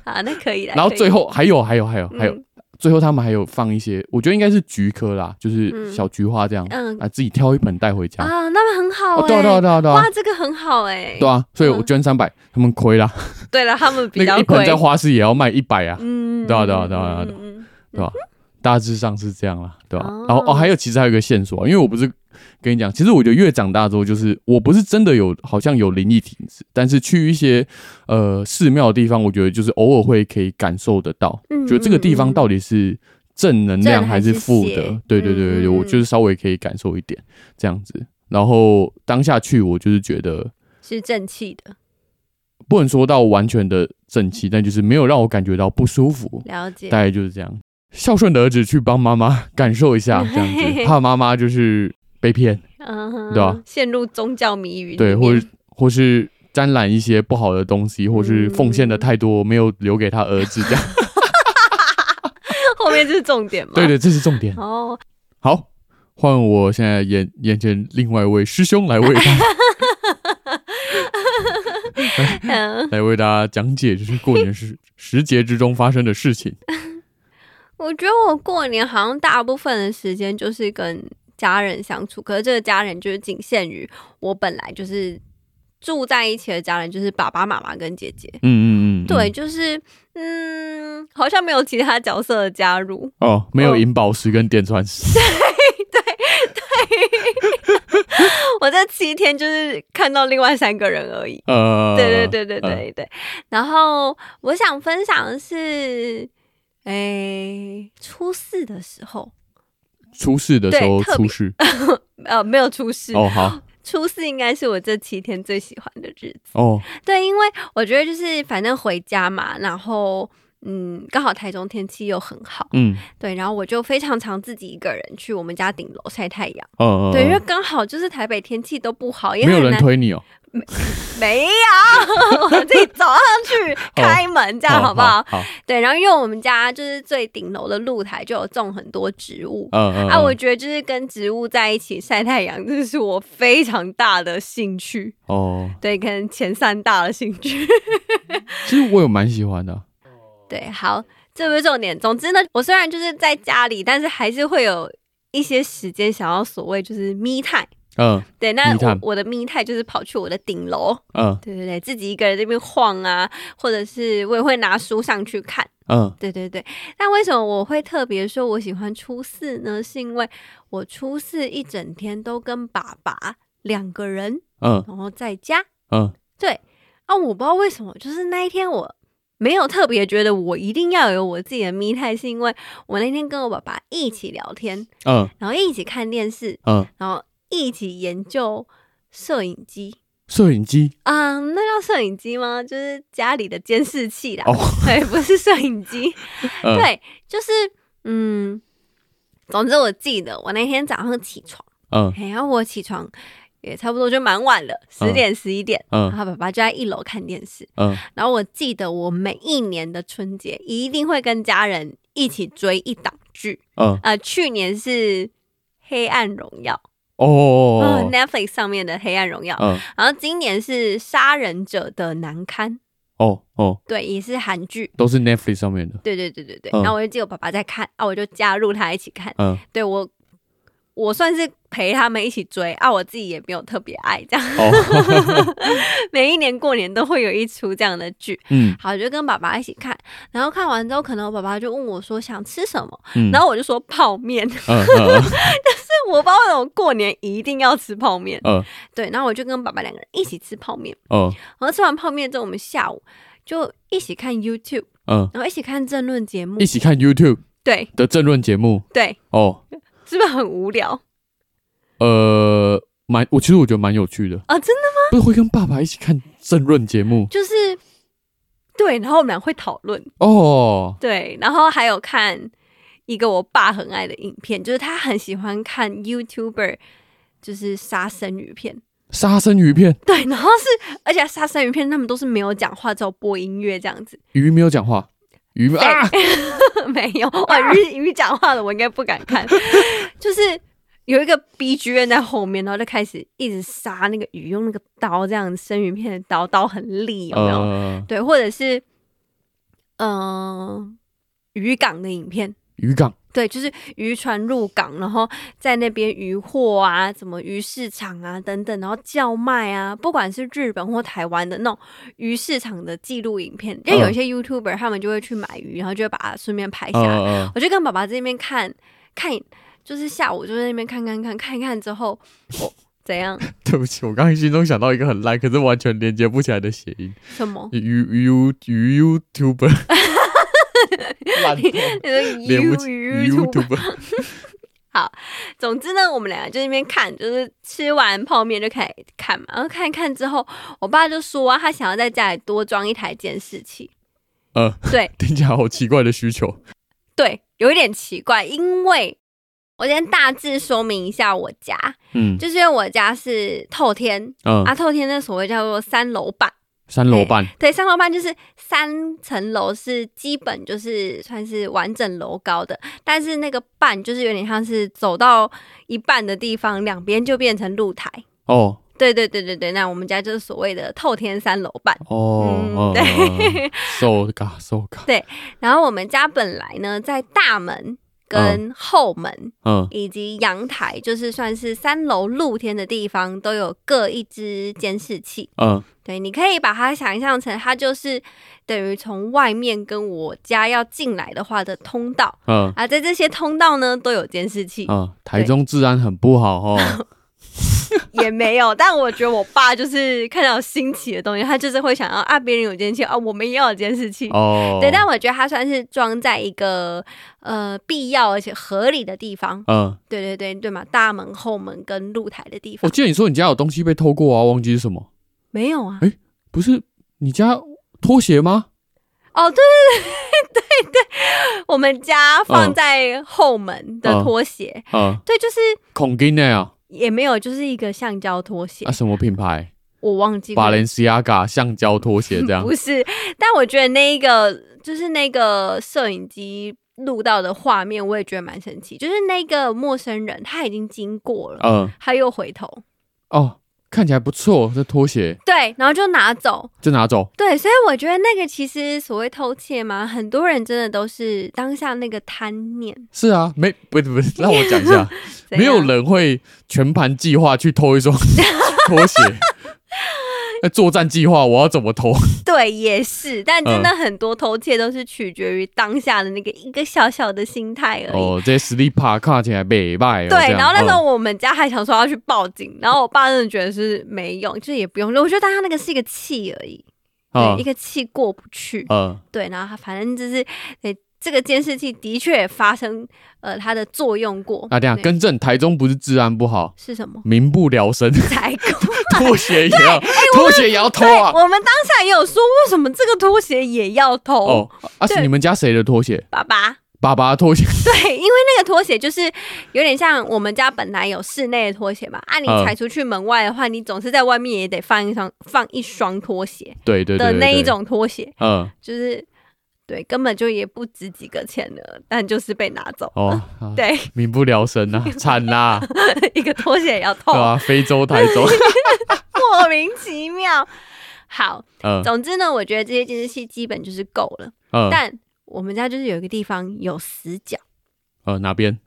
S1: 啊，那可以的。
S2: 然后
S1: 可以
S2: 最，后还有还有还有还有
S1: 嗯，
S2: 最后他们还有放一些，我觉得应该是菊科啦，就是
S1: 嗯
S2: 小菊花这样，
S1: 嗯
S2: 啊，自己挑一本带回家。
S1: 啊，那么很好
S2: 哦，
S1: 哎，
S2: 对啊对啊对啊对啊
S1: 哇，，这个很好哎。
S2: 对啊，所以我捐三百，他们亏啦，
S1: 对了，他们比
S2: 那
S1: 较
S2: 个一盆
S1: 贵
S2: 在。花市也要卖一百啊，
S1: 嗯
S2: 对啊对啊对啊对
S1: 嗯
S2: 啊
S1: 嗯
S2: 对吧？大致上是这样啦，对吧、
S1: 哦
S2: 然后哦，还有其实还有一个线索啊，因为我不是跟你讲，其实我觉得越长大之后，就是我不是真的有好像有灵异体质，但是去一些呃寺庙的地方，我觉得就是偶尔会可以感受得到，
S1: 嗯
S2: 觉得这个地
S1: 嗯
S2: 方
S1: 嗯
S2: 到底是正能量
S1: 正
S2: 还
S1: 还
S2: 是
S1: 是
S2: 负的
S1: 邪？
S2: 对对对对
S1: 嗯
S2: 对，
S1: 嗯嗯
S2: 我就是稍微可以感受一点这样子。然后当下去，我就是觉得
S1: 是正气的，
S2: 不能说到完全的正气，但就是没有让我感觉到不舒服。
S1: 了解。
S2: 大概就是这样。孝顺的儿子去帮妈妈感受一下，这样子，怕妈妈就是被骗，
S1: 嗯哼，
S2: 对啊
S1: 陷入宗教迷云里面，
S2: 对，或者或是沾染一些不好的东西，或是奉献的
S1: 嗯
S2: 太多，没有留给他儿子，这样。
S1: [LAUGHS]
S2: [LAUGHS]
S1: 后面就是重点嘛。
S2: 对对，这是重点。
S1: 哦，
S2: 好，换我现在眼眼前另外一位师兄来为大家
S1: [LAUGHS] 嗯，
S2: 来为大家讲解，就是过
S1: [LAUGHS]
S2: 年时时节之中发生的事情。
S1: 我觉得我过年好像大部分的时间就是跟家人相处，可是这个家人就是仅限于我本来就是住在一起的家人，就是爸爸妈妈跟姐姐。
S2: 嗯嗯嗯，嗯
S1: 对，。就是嗯，好像没有其他角色的加入，
S2: 哦，没有
S1: 哦
S2: 银宝石跟电
S1: [LAUGHS]
S2: 钻石，
S1: 我这七天就是看到另外三个人而已。
S2: 呃，
S1: 对对对对
S2: 呃，
S1: 对对。然后我想分享的是，哎、初四的时候，
S2: 出事的时候
S1: 对特别 [LAUGHS]
S2: 出事。
S1: 呃，没有初四，
S2: 哦，好，
S1: 初四应该是我这七天最喜欢的日子。
S2: 哦，
S1: 对，因为我觉得就是反正回家嘛，然后。嗯，刚好台中天气又很好，
S2: 嗯，
S1: 对，然后我就非常常自己一个人去我们家顶楼晒太阳，
S2: 呃呃，
S1: 对，因
S2: 呃
S1: 为刚好就是台北天气都不好，也
S2: 没有
S1: 很
S2: 人
S1: 难，
S2: 推你哦，
S1: 没有， [LAUGHS] 我自己走上去
S2: 哦
S1: 开门，这样好不好？
S2: 好，
S1: 对，然后因为我们家就是最顶楼的露台就有种很多植物。
S2: 嗯嗯，
S1: 啊，
S2: 嗯
S1: 我觉得就是跟植物在一起晒太阳，这是我非常大的兴趣。
S2: 哦，
S1: 对，可能前三大的兴趣。 [LAUGHS]
S2: 其实我有蛮喜欢的，
S1: 对，好，这不是重点。总之呢，我虽然就是在家里，但是还是会有一些时间想要所谓就是 me time。
S2: 嗯
S1: 对，那
S2: Me time
S1: 我我的 me time 就是跑去我的顶楼，
S2: 嗯
S1: 对对对，自己一个人在那边晃啊，或者是我也会拿书上去看。
S2: 嗯，
S1: 对对对，那为什么我会特别说我喜欢初四呢？是因为我初四一整天都跟爸爸两个人，
S2: 嗯
S1: 然后在家。
S2: 嗯
S1: 对啊，我不知道为什么，就是那一天我没有特别觉得我一定要有我自己的密态，是因为我那天跟我爸爸一起聊天，
S2: 嗯
S1: 然后一起看电视，
S2: 嗯，
S1: 然后一起研究摄影机。
S2: 摄影机
S1: 嗯，那叫摄影机吗？就是家里的监视器啦。
S2: 哦，
S1: [LAUGHS] 对，不是摄影机。
S2: 嗯
S1: 对，就是嗯，总之我记得我那天早上起床，
S2: 嗯
S1: 嘿然后我起床也差不多就蛮晚了，十
S2: 嗯
S1: 点十一点。然
S2: 嗯
S1: 后爸爸就在一楼看电视，
S2: 嗯，
S1: 然后我记得我每一年的春节一定会跟家人一起追一档剧，
S2: 嗯
S1: 呃，去年是《黑暗荣耀》嗯
S2: 哦，
S1: Netflix 上面的《黑暗荣耀》，
S2: 嗯
S1: 然后今年是《杀人者的难堪》，
S2: 哦哦，
S1: 对，也是韩剧，
S2: 都是 Netflix 上面的，
S1: 对对对对对。
S2: 嗯
S1: 然后我就记得我爸爸在看，啊，我就加入他一起看。
S2: 嗯
S1: 对我，我算是陪他们一起追啊，我自己也没有特别爱这
S2: [LAUGHS]
S1: 样。
S2: 哦，
S1: 每一年过年都会有一出这样的剧，
S2: 嗯
S1: 好，就跟爸爸一起看，然后看完之后，可能我爸爸就问我说想吃什么，
S2: 嗯，
S1: 然后我就说泡面， [LAUGHS] 但
S2: 嗯嗯
S1: 是我不知道为什么过年一定要吃泡面，
S2: 嗯
S1: 对，然后我就跟爸爸两个人一起吃泡面，
S2: 嗯
S1: 然后吃完泡面之后，我们下午就一起看 YouTube，
S2: 嗯，
S1: 然后一起看政论节目
S2: 一，起看 YouTube
S1: 对
S2: 的政论节目
S1: 对，
S2: 哦，
S1: 是不是很无聊
S2: 呃，蛮我其实我觉得蛮有趣的，
S1: 啊？真的
S2: 不是会跟爸爸一起看政论节目
S1: 就是对，然后我们俩会讨论，
S2: 哦，
S1: 对，然后还有看一个我爸很爱的影片，就是他很喜欢看 YouTuber，就是杀生鱼片。
S2: 杀生鱼片，
S1: 对，然后是而且杀生鱼片他们都是没有讲话，只有播音乐这样子。 [LAUGHS]
S2: 鱼没有讲话，鱼
S1: 哎
S2: 没啊，
S1: 没有，哇，鱼鱼讲话的我应该不敢看， [LAUGHS] 就是。有一个 B G M 在后面，然后就开始一直杀那个鱼，用那个刀这样生鱼片的刀，刀很利，有没有？
S2: 呃，
S1: 对，或者是嗯、渔港的影片，
S2: 渔港，
S1: 对，就是渔船入港，然后在那边渔货啊，什么鱼市场啊等等，然后叫卖啊，不管是日本或台湾的那种鱼市场的记录影片，因为
S2: 嗯
S1: 有一些 YouTuber 他们就会去买鱼，然后就会把它顺便拍下
S2: 呃
S1: 来。
S2: 呃，
S1: 我就跟爸爸在那边看看，就是下午就在那边看看看看一看之
S2: [LAUGHS]
S1: 后，我怎样
S2: 对不起，我刚刚心中想到一个很烂，可是完全连接不起来的谐音，？
S1: 什么
S2: [LAUGHS] 鱼鱼鱼
S1: [LAUGHS]
S2: YouTuber，烂透连不起
S1: YouTube。总之呢，我们俩就在那边看，就是吃完泡面就开始看嘛。然后看一看之后，我爸就说、啊、他想要在家里多装一台监视器。
S2: 呃，
S1: 对
S2: 听起来好奇怪的需
S1: [LAUGHS]
S2: 求，
S1: 对，有一点奇怪，因为我先大致说明一下我家，
S2: 嗯
S1: 就是因为我家是透天啊，
S2: 嗯，
S1: 哎透天那所谓叫做三楼半。
S2: 三楼半，
S1: 对，三楼半就是三层楼是基本就是算是完整楼高的，但是那个半就是有点像是走到一半的地方，两边就变成露台。
S2: 哦
S1: 对对对对对，那我们家就是所谓的透天三楼半。嗯
S2: 哦，
S1: [LAUGHS] 对
S2: 对，so ga so ga，
S1: 然后我们家本来呢在大门。跟后门
S2: 嗯
S1: 以及阳台，就是算是三楼露天的地方，都有各一只监视器。
S2: 嗯
S1: 对，你可以把它想象成，它就是等于从外面跟我家要进来的话的通道
S2: 嗯
S1: 啊，在这些通道呢都有监视器，
S2: 嗯，台中治安很不好哦，
S1: 也没有。但我觉得我爸就是看到新奇的东西，他就是会想要啊，别人有监视器啊，我们也要有监视器。
S2: 哦，
S1: [LAUGHS] 对，但我觉得它算是装在一个呃必要而且合理的地方。
S2: 嗯，
S1: 对对对对嘛，大门、后门跟露台的地
S2: 我
S1: 方、
S2: 哦记得你说你家有东西被偷过啊，忘记是什么。
S1: 没有啊
S2: 哎。不是你家拖鞋吗？
S1: 哦，对对对对对，我们家
S2: 嗯
S1: 放在后门的拖鞋，
S2: 啊，
S1: 对，就是
S2: 孔金的啊，
S1: 也没有，就是一个橡胶拖鞋，
S2: 啊什么品牌
S1: 我忘记了。
S2: ？Balenciaga 橡胶拖鞋这样
S1: 不是，但我觉得那一个就是那个摄影机录到的画面，我也觉得蛮神奇。就是那个陌生人他已经经过了，
S2: 嗯，
S1: 他又回头，
S2: 哦，看起来不错，这拖鞋
S1: 对，然后就拿走。
S2: 就拿走。
S1: 对，所以我觉得那个其实所谓偷窃嘛，很多人真的都是当下那个贪念，
S2: 是啊，没不是不是，让我讲一下，
S1: [LAUGHS] 怎样
S2: 没有人会全盘计划去偷一双 [LAUGHS] 拖
S1: [LAUGHS]
S2: 鞋。那作战计划我要怎么偷？
S1: 对也是，但真
S2: 嗯
S1: 的很多偷窃都是取决于当下的那个一个小小的心态而已。
S2: 哦，这些实力怕看起来美败、哦。这
S1: 对，
S2: 样
S1: 然后那时候
S2: 嗯
S1: 我们家还想说要去报警，然后我爸真的觉得是没用，就是也不用。我觉得他那个是一个气而已，
S2: 啊
S1: 对，一个气过不去。
S2: 嗯
S1: 对，然后他反正就是，对这个监视器的确也发生呃它的作用过。
S2: 啊，等一下
S1: 对
S2: 更正，台中不是治安不好，
S1: 是什么？ [LAUGHS]
S2: 民不聊生。
S1: 才够。
S2: 拖鞋也要，
S1: 哎
S2: 拖鞋也要偷啊！
S1: 我们当下也有说，为什么这个拖鞋也要偷？
S2: 哦，啊
S1: 对
S2: 是你们家谁的拖鞋？
S1: 爸爸， [LAUGHS]
S2: 爸爸的拖鞋。 [LAUGHS]
S1: 对，因为那个拖鞋就是有点像我们家本来有室内的拖鞋嘛，啊，你
S2: 嗯
S1: 踩出去门外的话，你总是在外面也得放一双放一双拖鞋
S2: 对对对
S1: 的
S2: 对
S1: 那一。
S2: 对
S1: 种拖鞋，
S2: 嗯，
S1: 就是对，根本就也不值几个钱的，但就是被拿走，
S2: 哦，啊
S1: 对， [LAUGHS]
S2: 民不聊生啊，惨啦，
S1: 一个拖鞋也要
S2: 对
S1: 痛，
S2: 啊，非洲、台中，
S1: [LAUGHS] 莫名其妙。好，
S2: 嗯
S1: 总之呢，我觉得这些监视器基本就是够了，
S2: 嗯
S1: 但我们家就是有一个地方有死角。
S2: 呃，哪边？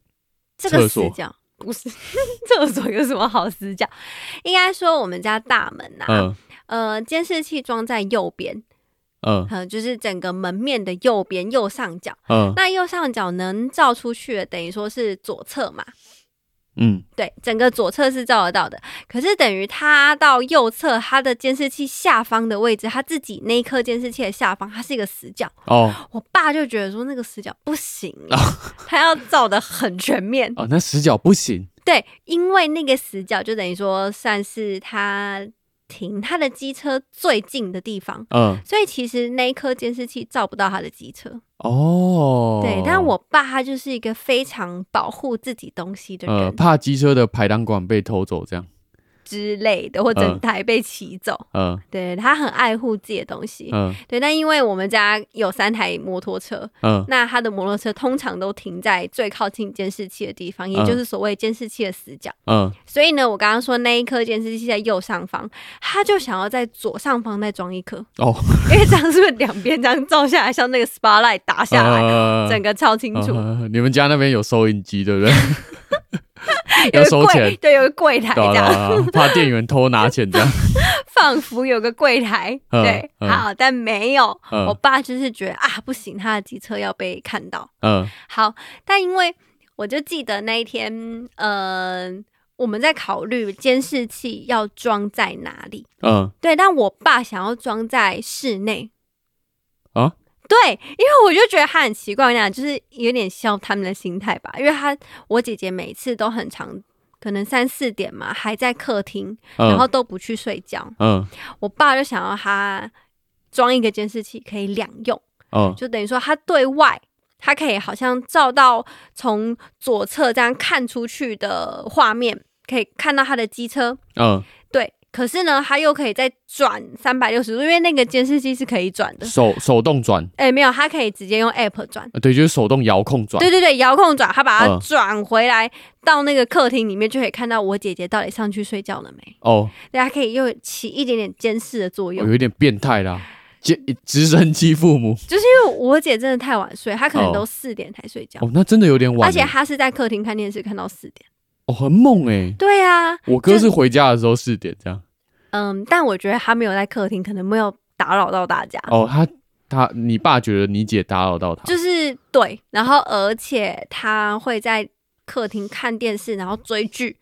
S1: 这个
S2: 厕
S1: 死
S2: 所
S1: 角，不是 [LAUGHS] 厕所有什么好死角？应该说我们家大门呐、
S2: 嗯
S1: 呃，监视器装在右边，
S2: 嗯
S1: 呃，就是整个门面的右边右上角。
S2: 嗯
S1: 那右上角能照出去的，等于说是左侧嘛，
S2: 嗯，
S1: 对，整个左侧是照得到的。可是等于它到右侧，它的监视器下方的位置，它自己那一颗监视器的下方，它是一个死角。
S2: 哦
S1: 我爸就觉得说那个死角不行，
S2: [LAUGHS]
S1: 他要照的很全面。
S2: 哦，那死角不行，
S1: 对，因为那个死角就等于说算是他停他的机车最近的地方，
S2: 嗯
S1: 所以其实那一颗监视器照不到他的机车。
S2: 哦，
S1: 对，但我爸他就是一个非常保护自己东西的
S2: 呃
S1: 人
S2: 怕机车的排挡管被偷走这样，
S1: 之类的，或整台被骑走。
S2: 嗯
S1: 对他很爱护自己的东西。
S2: 嗯
S1: 对，但因为我们家有三台摩托车，
S2: 嗯
S1: 那他的摩托车通常都停在最靠近监视器的地方，也
S2: 嗯
S1: 就是所谓监视器的死角。
S2: 嗯，
S1: 所以呢，我刚刚说那一颗监视器在右上方，他就想要在左上方再装一颗， [LAUGHS]
S2: 哦，
S1: 因为这样是不是两边这样照下来，像那个 spotlight 打下来，
S2: 呃
S1: 整个超清楚。
S2: 呃你们家那边有收银机对不
S1: [LAUGHS]
S2: [LAUGHS] 对？
S1: 有
S2: 要
S1: 个
S2: 收
S1: 柜
S2: 钱，
S1: 对，有个柜台
S2: 对
S1: 这
S2: 啊对啊
S1: 样，
S2: 对啊怕店员偷拿钱
S1: [LAUGHS]
S2: 这样，
S1: 仿佛有个柜台，
S2: 嗯
S1: 对，
S2: 嗯
S1: 好，但没有。
S2: 嗯
S1: 我爸就是觉得啊，不行，他的机车要被看到。
S2: 嗯
S1: 好，但因为我就记得那一天，嗯、我们在考虑监视器要装在哪里。
S2: 嗯
S1: 对，但我爸想要装在室内。
S2: 啊，
S1: 对，因为我就觉得他很奇怪那样，就是有点笑他们的心态吧。因为他我姐姐每次都很长，可能三四点嘛，还在客厅，
S2: 嗯
S1: 然后都不去睡觉。
S2: 嗯
S1: 我爸就想要他装一个监视器，可以两用，
S2: 哦
S1: 就等于说他对外，他可以好像照到从左侧这样看出去的画面，可以看到他的机车，
S2: 嗯，
S1: 对，可是呢，它又可以再转三百六十度，因为那个监视器是可以转的。
S2: 手手动转，
S1: 哎、没有，它可以直接用 App 转。
S2: 呃对，就是手动遥控转
S1: 对，对对，遥控转，它把它
S2: 嗯
S1: 转回来、到那个客厅里面，就可以看到我姐姐到底上去睡觉了没。
S2: 哦，
S1: 对，它可以又起一点点监视的作
S2: 我
S1: 用，
S2: 有一点变态啦，直直升机父母，
S1: 就是因为我姐真的太晚睡，她可能
S2: 哦
S1: 都四点才睡觉，
S2: 哦，那真的有点
S1: 而
S2: 晚了，
S1: 且她是在客厅看电视看到四点。
S2: 哦很猛哎，
S1: 对啊，
S2: 我哥
S1: 就是
S2: 回家的时候四点这样，
S1: 嗯，但我觉得她没有在客厅，可能没有打扰到大家。
S2: 哦，他他你爸觉得你姐打扰到他，
S1: 就是对，然后而且他会在客厅看电视，然后追剧。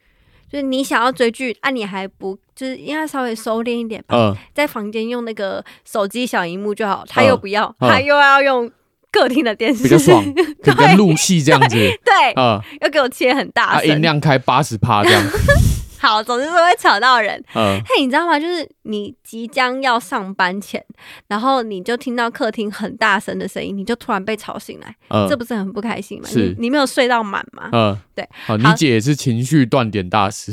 S1: 就是你想要追剧，啊，你还不就是应该稍微收敛一点吧，
S2: 嗯
S1: 在房间用那个手机小荧幕就好。他又不要，
S2: 嗯
S1: 他又要用客厅的电视，，
S2: 比较爽
S1: [LAUGHS]
S2: 可以跟录戏这样子
S1: 对，
S2: 啊，
S1: 又给我切很大
S2: 他音
S1: 声。
S2: 量开八十趴这样，
S1: 好，总之是会吵到人。
S2: 嗯
S1: 但你知道吗？就是你即将要上班前，然后你就听到客厅很大声的声音，你就突然被吵醒来，这
S2: 嗯
S1: 不是很不开心吗？
S2: 是
S1: 你你没有睡到满吗？
S2: 嗯，
S1: [LAUGHS] 对，
S2: 好，你
S1: 好
S2: 姐也是情绪断点大师，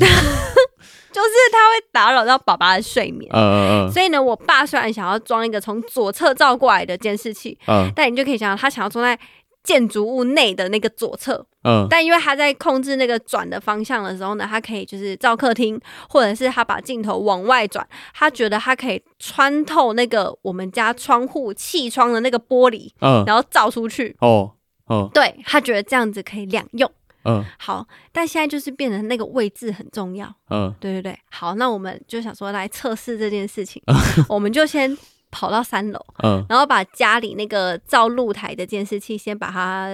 S1: 就是它会打扰到爸爸的睡眠。
S2: 嗯嗯
S1: 所以呢，我爸虽然想要装一个从左侧照过来的监视器，
S2: 嗯
S1: 但你就可以想到他想要装在建筑物内的那个左侧，
S2: 嗯
S1: 但因为他在控制那个转的方向的时候呢，他可以就是照客厅，或者是他把镜头往外转，他觉得他可以穿透那个我们家窗户气窗的那个玻璃，
S2: 嗯嗯，
S1: 然后照出去。
S2: 哦哦
S1: 对他觉得这样子可以两用。
S2: 嗯
S1: 好，但现在就是变成那个位置很重要。
S2: 嗯
S1: 对对对，好，那我们就想说来测试这件事情，我们就先跑到三楼，
S2: 嗯，
S1: 然后把家里那个照露台的监视器先把它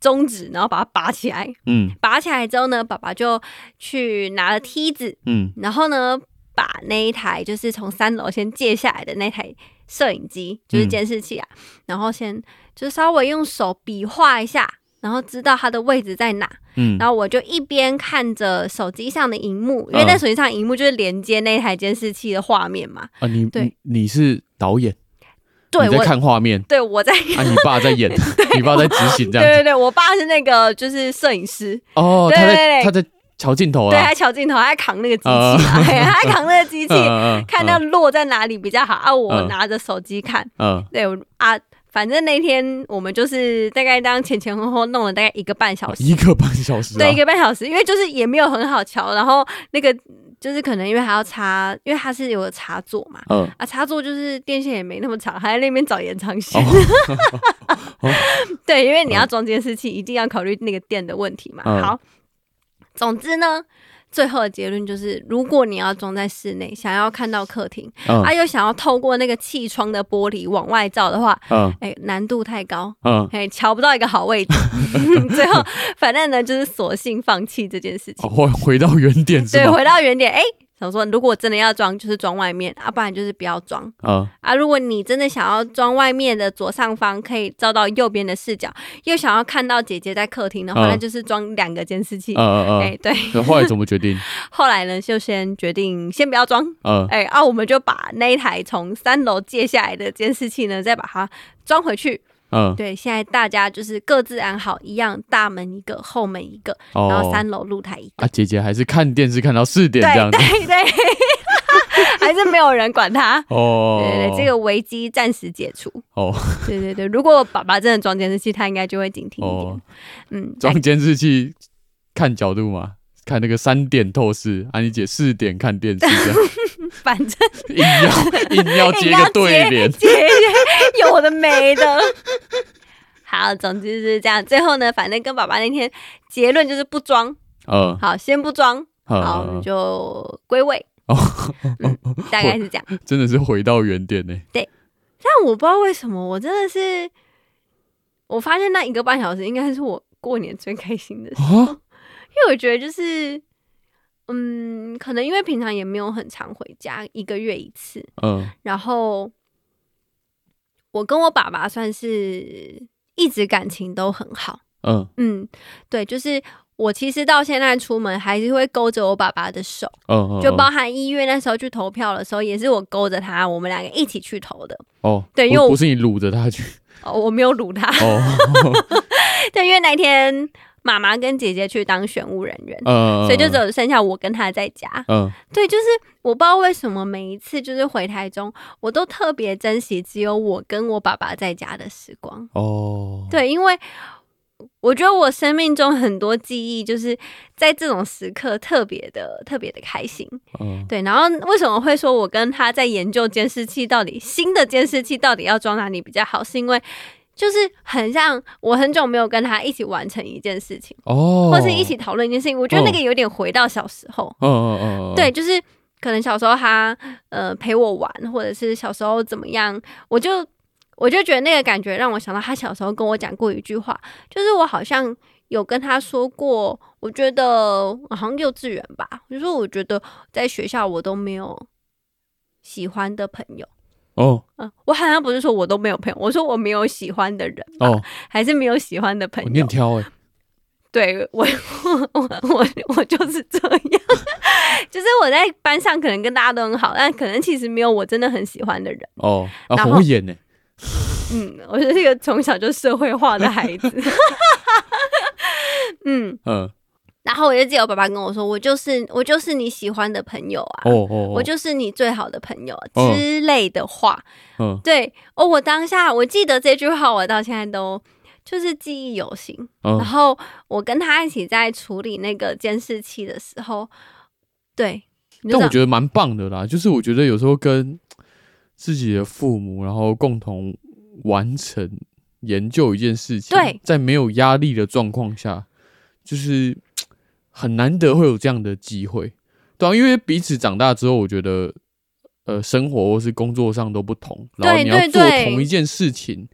S1: 终止，然后把它拔起来。
S2: 嗯
S1: 拔起来之后呢，爸爸就去拿了梯子，
S2: 嗯
S1: 然后呢，把那一台就是从三楼先借下来的那台摄影机，就是
S2: 嗯
S1: 监视器啊，然后先就稍微用手比划一下。然后知道它的位置在哪，
S2: 嗯
S1: 然后我就一边看着手机上的荧幕，因为
S2: 嗯
S1: 在手机上的荧幕就是连接那台监视器的画面嘛。
S2: 啊，你
S1: 对
S2: 你你是导演，
S1: 对
S2: 你在
S1: 我，
S2: 看
S1: [LAUGHS]
S2: 画面，
S1: 对我在，
S2: 啊，你爸在演，你爸在执行这
S1: 对
S2: 样
S1: 对
S2: 子，
S1: 对，我爸是那个就是摄影师，
S2: 哦，
S1: 对
S2: 他
S1: 对
S2: 在
S1: 对
S2: 他在调镜头
S1: 对，啊
S2: 啦，
S1: 还瞧镜头，还扛那个机器啊，
S2: 啊
S1: [LAUGHS] 嘿还扛那个机器，
S2: [LAUGHS] 嗯
S1: 看到落在哪里比较好啊。我
S2: 嗯
S1: 拿着手机看，
S2: 嗯嗯
S1: 对我啊，反正那天我们就是大概当前前后后弄了大概一个半小
S2: 啊
S1: 时，
S2: 一个半小时啊，
S1: 对，一个半小时，因为就是也没有很好瞧，然后那个就是可能因为还要插，因为它是有个插座嘛。 [LAUGHS]
S2: 嗯
S1: 啊，插座就是电线也没那么长，还在那边找延长线。
S2: 哦
S1: [LAUGHS] 对，因为你要装监视器，一定要考虑那个电的问题嘛。
S2: 嗯
S1: 好，总之呢，最后的结论就是，如果你要装在室内，想要看到客厅，
S2: 嗯
S1: 啊，又想要透过那个气窗的玻璃往外照的话，
S2: 嗯
S1: 哎、难度太高，
S2: 嗯，
S1: 哎、瞧不到一个好
S2: [LAUGHS]
S1: 位置。最后，反正呢，就是索性放弃这件事情。
S2: 哦，回回到原点是
S1: 对，
S2: 吗？
S1: 回到原点，哎、想说，如果真的要装，就是装外面啊，不然就是不要装
S2: 嗯
S1: 啊。如果你真的想要装外面的左上方，可以照到右边的视角，又想要看到姐姐在客厅的话，
S2: 嗯
S1: 那就是装两个监视器。
S2: 嗯嗯
S1: 哎、
S2: 嗯，
S1: 对， [LAUGHS]
S2: 那后来怎么决定？
S1: 后来呢，就先决定先不要装，
S2: 嗯
S1: 哎、啊，我们就把那一台从三楼借下来的监视器呢，再把它装回去。
S2: 嗯，
S1: 对，现在大家就是各自安好，一样大门一个，后门一个，然后
S2: 哦，
S1: 三楼露台一个。
S2: 啊，姐姐还是看电视看到四点
S1: 对
S2: 这样子。
S1: 对对， [LAUGHS] 还是没有人管他。
S2: 哦，
S1: 对 [LAUGHS] 对对，这个危机暂时解除。
S2: 哦
S1: [LAUGHS] 对对对，如果爸爸真的装监视器，他应该就会警惕一点。
S2: 哦，
S1: 嗯，
S2: 装监视器看角度嘛，看那个三点透视，安妮姐四点看电视这样，
S1: 反正，
S2: 硬要硬要哦接一个对联
S1: 接一些有的没的。 [LAUGHS] 好，总之就是这样。最后呢，反正跟爸爸那天结论就是不装，
S2: 呃，
S1: 好，先不装，好，我
S2: 呃
S1: 们就归位，嗯
S2: 哦，
S1: 大概
S2: [LAUGHS]
S1: 是这样。
S2: 真的是回到原点呢。
S1: 但我不知道为什么，我真的是，我发现那一个半小时应该是我过年最开心的事，
S2: 啊，
S1: 因为我觉得就是，嗯，可能因为平常也没有很常回家，一个月一次，
S2: 嗯
S1: 然后我跟我爸爸算是一直感情都很好，
S2: 嗯
S1: 嗯，对，就是。我其实到现在出门还是会勾着我爸爸的手，
S2: 嗯嗯，
S1: 就包含一月那时候去投票的时候，也是我勾着他，我们两个一起去投的。
S2: 哦，
S1: 对
S2: 不
S1: 因为我
S2: 不是你掳着他去
S1: 哦，我没有撸他， [LAUGHS]
S2: 哦， [LAUGHS]
S1: 对，因为那一天妈妈跟姐姐去当选务人员，[LAUGHS]
S2: 呃，
S1: 所以就只有剩下我跟她在家。
S2: 嗯
S1: 对，就是我不知道为什么每一次就是回台中，我都特别珍惜只有我跟我爸爸在家的时光。
S2: 哦，
S1: 对，因为我觉得我生命中很多记忆就是在这种时刻特别的特别的开心。
S2: 嗯
S1: 对，然后为什么会说我跟他在研究监视器到底新的监视器到底要装哪里比较好？是因为就是很像我很久没有跟他一起完成一件事情，
S2: 哦，
S1: 或是一起讨论一件事情，我觉得那个有点回到小时候。
S2: 嗯，嗯嗯嗯，
S1: 对，就是可能小时候他呃陪我玩，或者是小时候怎么样，我就我就觉得那个感觉让我想到他小时候跟我讲过一句话，就是我好像有跟他说过，我觉得好像幼稚园吧，我就说我觉得在学校我都没有喜欢的朋友。
S2: 哦
S1: 嗯，我好像不是说我都没有朋友，我说我没有喜欢的人， [LAUGHS]
S2: 哦，
S1: 还是没有喜欢的朋
S2: 我
S1: 友
S2: 念。挑哎，
S1: 对我，我我我就是这样， [LAUGHS] 就是我在班上可能跟大家都很好，但可能其实没有我真的很喜欢的人。
S2: 哦，啊，
S1: 然
S2: 很
S1: 后
S2: 会演呢，
S1: 嗯，我是一个从小就社会化的孩子。 [LAUGHS] 嗯，
S2: 嗯，
S1: 然后我就记得我爸爸跟我说，我就是我就是你喜欢的朋友啊，
S2: 哦哦，
S1: 我就是你最好的朋友
S2: 哦
S1: 之类的话。
S2: 嗯
S1: 对哦，我当下我记得这句话，我到现在都就是记忆犹新。
S2: 嗯
S1: 然后我跟他一起在处理那个监视器的时候，对，你就
S2: 但
S1: 知
S2: 我
S1: 道
S2: 觉得蛮棒的啦，就是我觉得有时候跟自己的父母，然后共同完成研究一件事情，
S1: 对
S2: 在没有压力的状况下，就是很难得会有这样的机会，对、啊，因为彼此长大之后，我觉得。呃，生活或是工作上都不同，然后
S1: 对
S2: 你要
S1: 对
S2: 做
S1: 对
S2: 同一件事情，